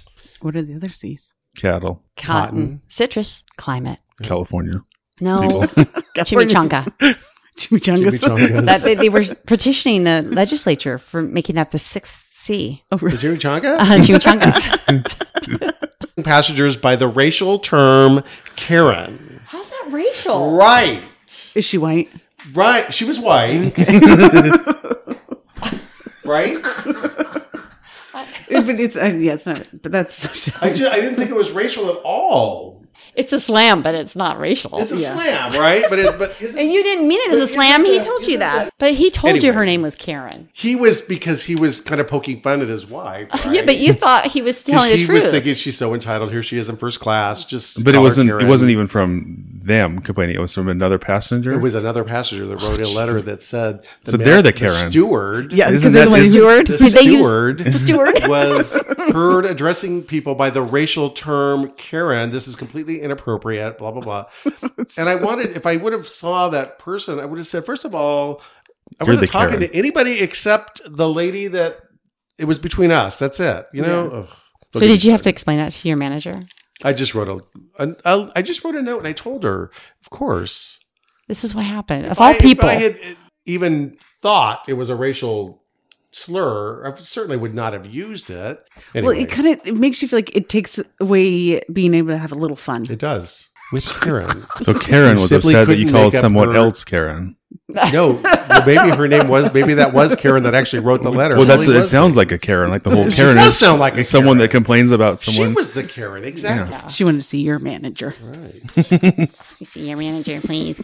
S1: What are the other C's?
S3: Cattle.
S4: Cotton.
S5: Cotton.
S4: citrus, climate.
S3: California.
S4: No,
S3: People.
S4: chimichanga.
S1: Chimichangas.
S5: Chimichangas.
S4: that they, they were petitioning the legislature for making that the sixth C.
S1: oh,
S5: The
S1: really?
S5: chimichanga?
S4: Uh, chimichanga. Uh-huh.
S5: Passengers by the racial term Karen.
S4: How's that racial?
S5: Right.
S1: Is she white?
S5: Right. She was white. right?
S1: If it- it's, uh, yeah, it's not. But that's.
S5: I, ju- I didn't think it was racial at all.
S4: It's a slam, but it's not racial.
S5: It's a
S1: Yeah.
S5: slam, right? But it, but isn't,
S4: and you didn't mean it as a slam. He told you that. But he told you
S5: Anyway.
S4: her name was Karen.
S5: he was because he was kind of poking fun at his wife.
S4: Yeah,
S5: right?
S4: but you thought he was telling the
S5: she
S4: truth.
S5: was thinking she's so entitled. Here she is in first class. Just
S3: But it
S5: call her
S3: wasn't. It
S5: Karen.
S3: wasn't even from them complaining. It was from another passenger.
S5: It was another passenger that wrote a letter that said,
S3: Oh, So they're the
S5: The
S3: Karen.
S5: steward.
S1: Yeah,
S3: Isn't
S1: because they're
S3: that
S1: the ones
S3: just-
S1: who.
S4: steward.
S5: The
S4: Did they use-
S5: steward.
S4: the steward.
S5: was heard addressing people by the racial term Karen. This is completely inappropriate, blah, blah, blah. and I wanted, if I would have saw that person, I would have said, first of all, I
S3: You're
S5: wasn't
S3: the
S5: talking
S3: Karen.
S5: to anybody except the lady that it was between us. That's it. You know? Ugh.
S4: So did you have to explain that to your manager?
S5: I just wrote a, an- a, I just wrote a note and I told her, of course.
S4: This is what happened. Of all
S5: I-
S4: people,
S5: If I had uh, even thought it was a racial slur, I certainly would not have used it. Anyway,
S1: Well, it kind of it makes you feel like it takes away being able to have a little fun.
S5: it does. With Karen.
S3: So Karen
S5: You
S3: was
S5: simply
S3: upset that you
S5: couldn't
S3: called
S5: make up
S3: someone
S5: her-
S3: else Karen.
S5: No, well, maybe her name was maybe that was Karen that actually wrote the letter.
S3: Well, that's
S5: Really
S3: it.
S5: was
S3: Sounds like a Karen. Like the whole
S5: She
S3: Karen
S5: does
S3: is
S5: sound like a
S3: someone
S5: Karen.
S3: that complains about
S5: She
S3: someone.
S5: was the Karen, exactly.
S1: She wanted to see your manager.
S5: Right.
S4: you see your manager, please.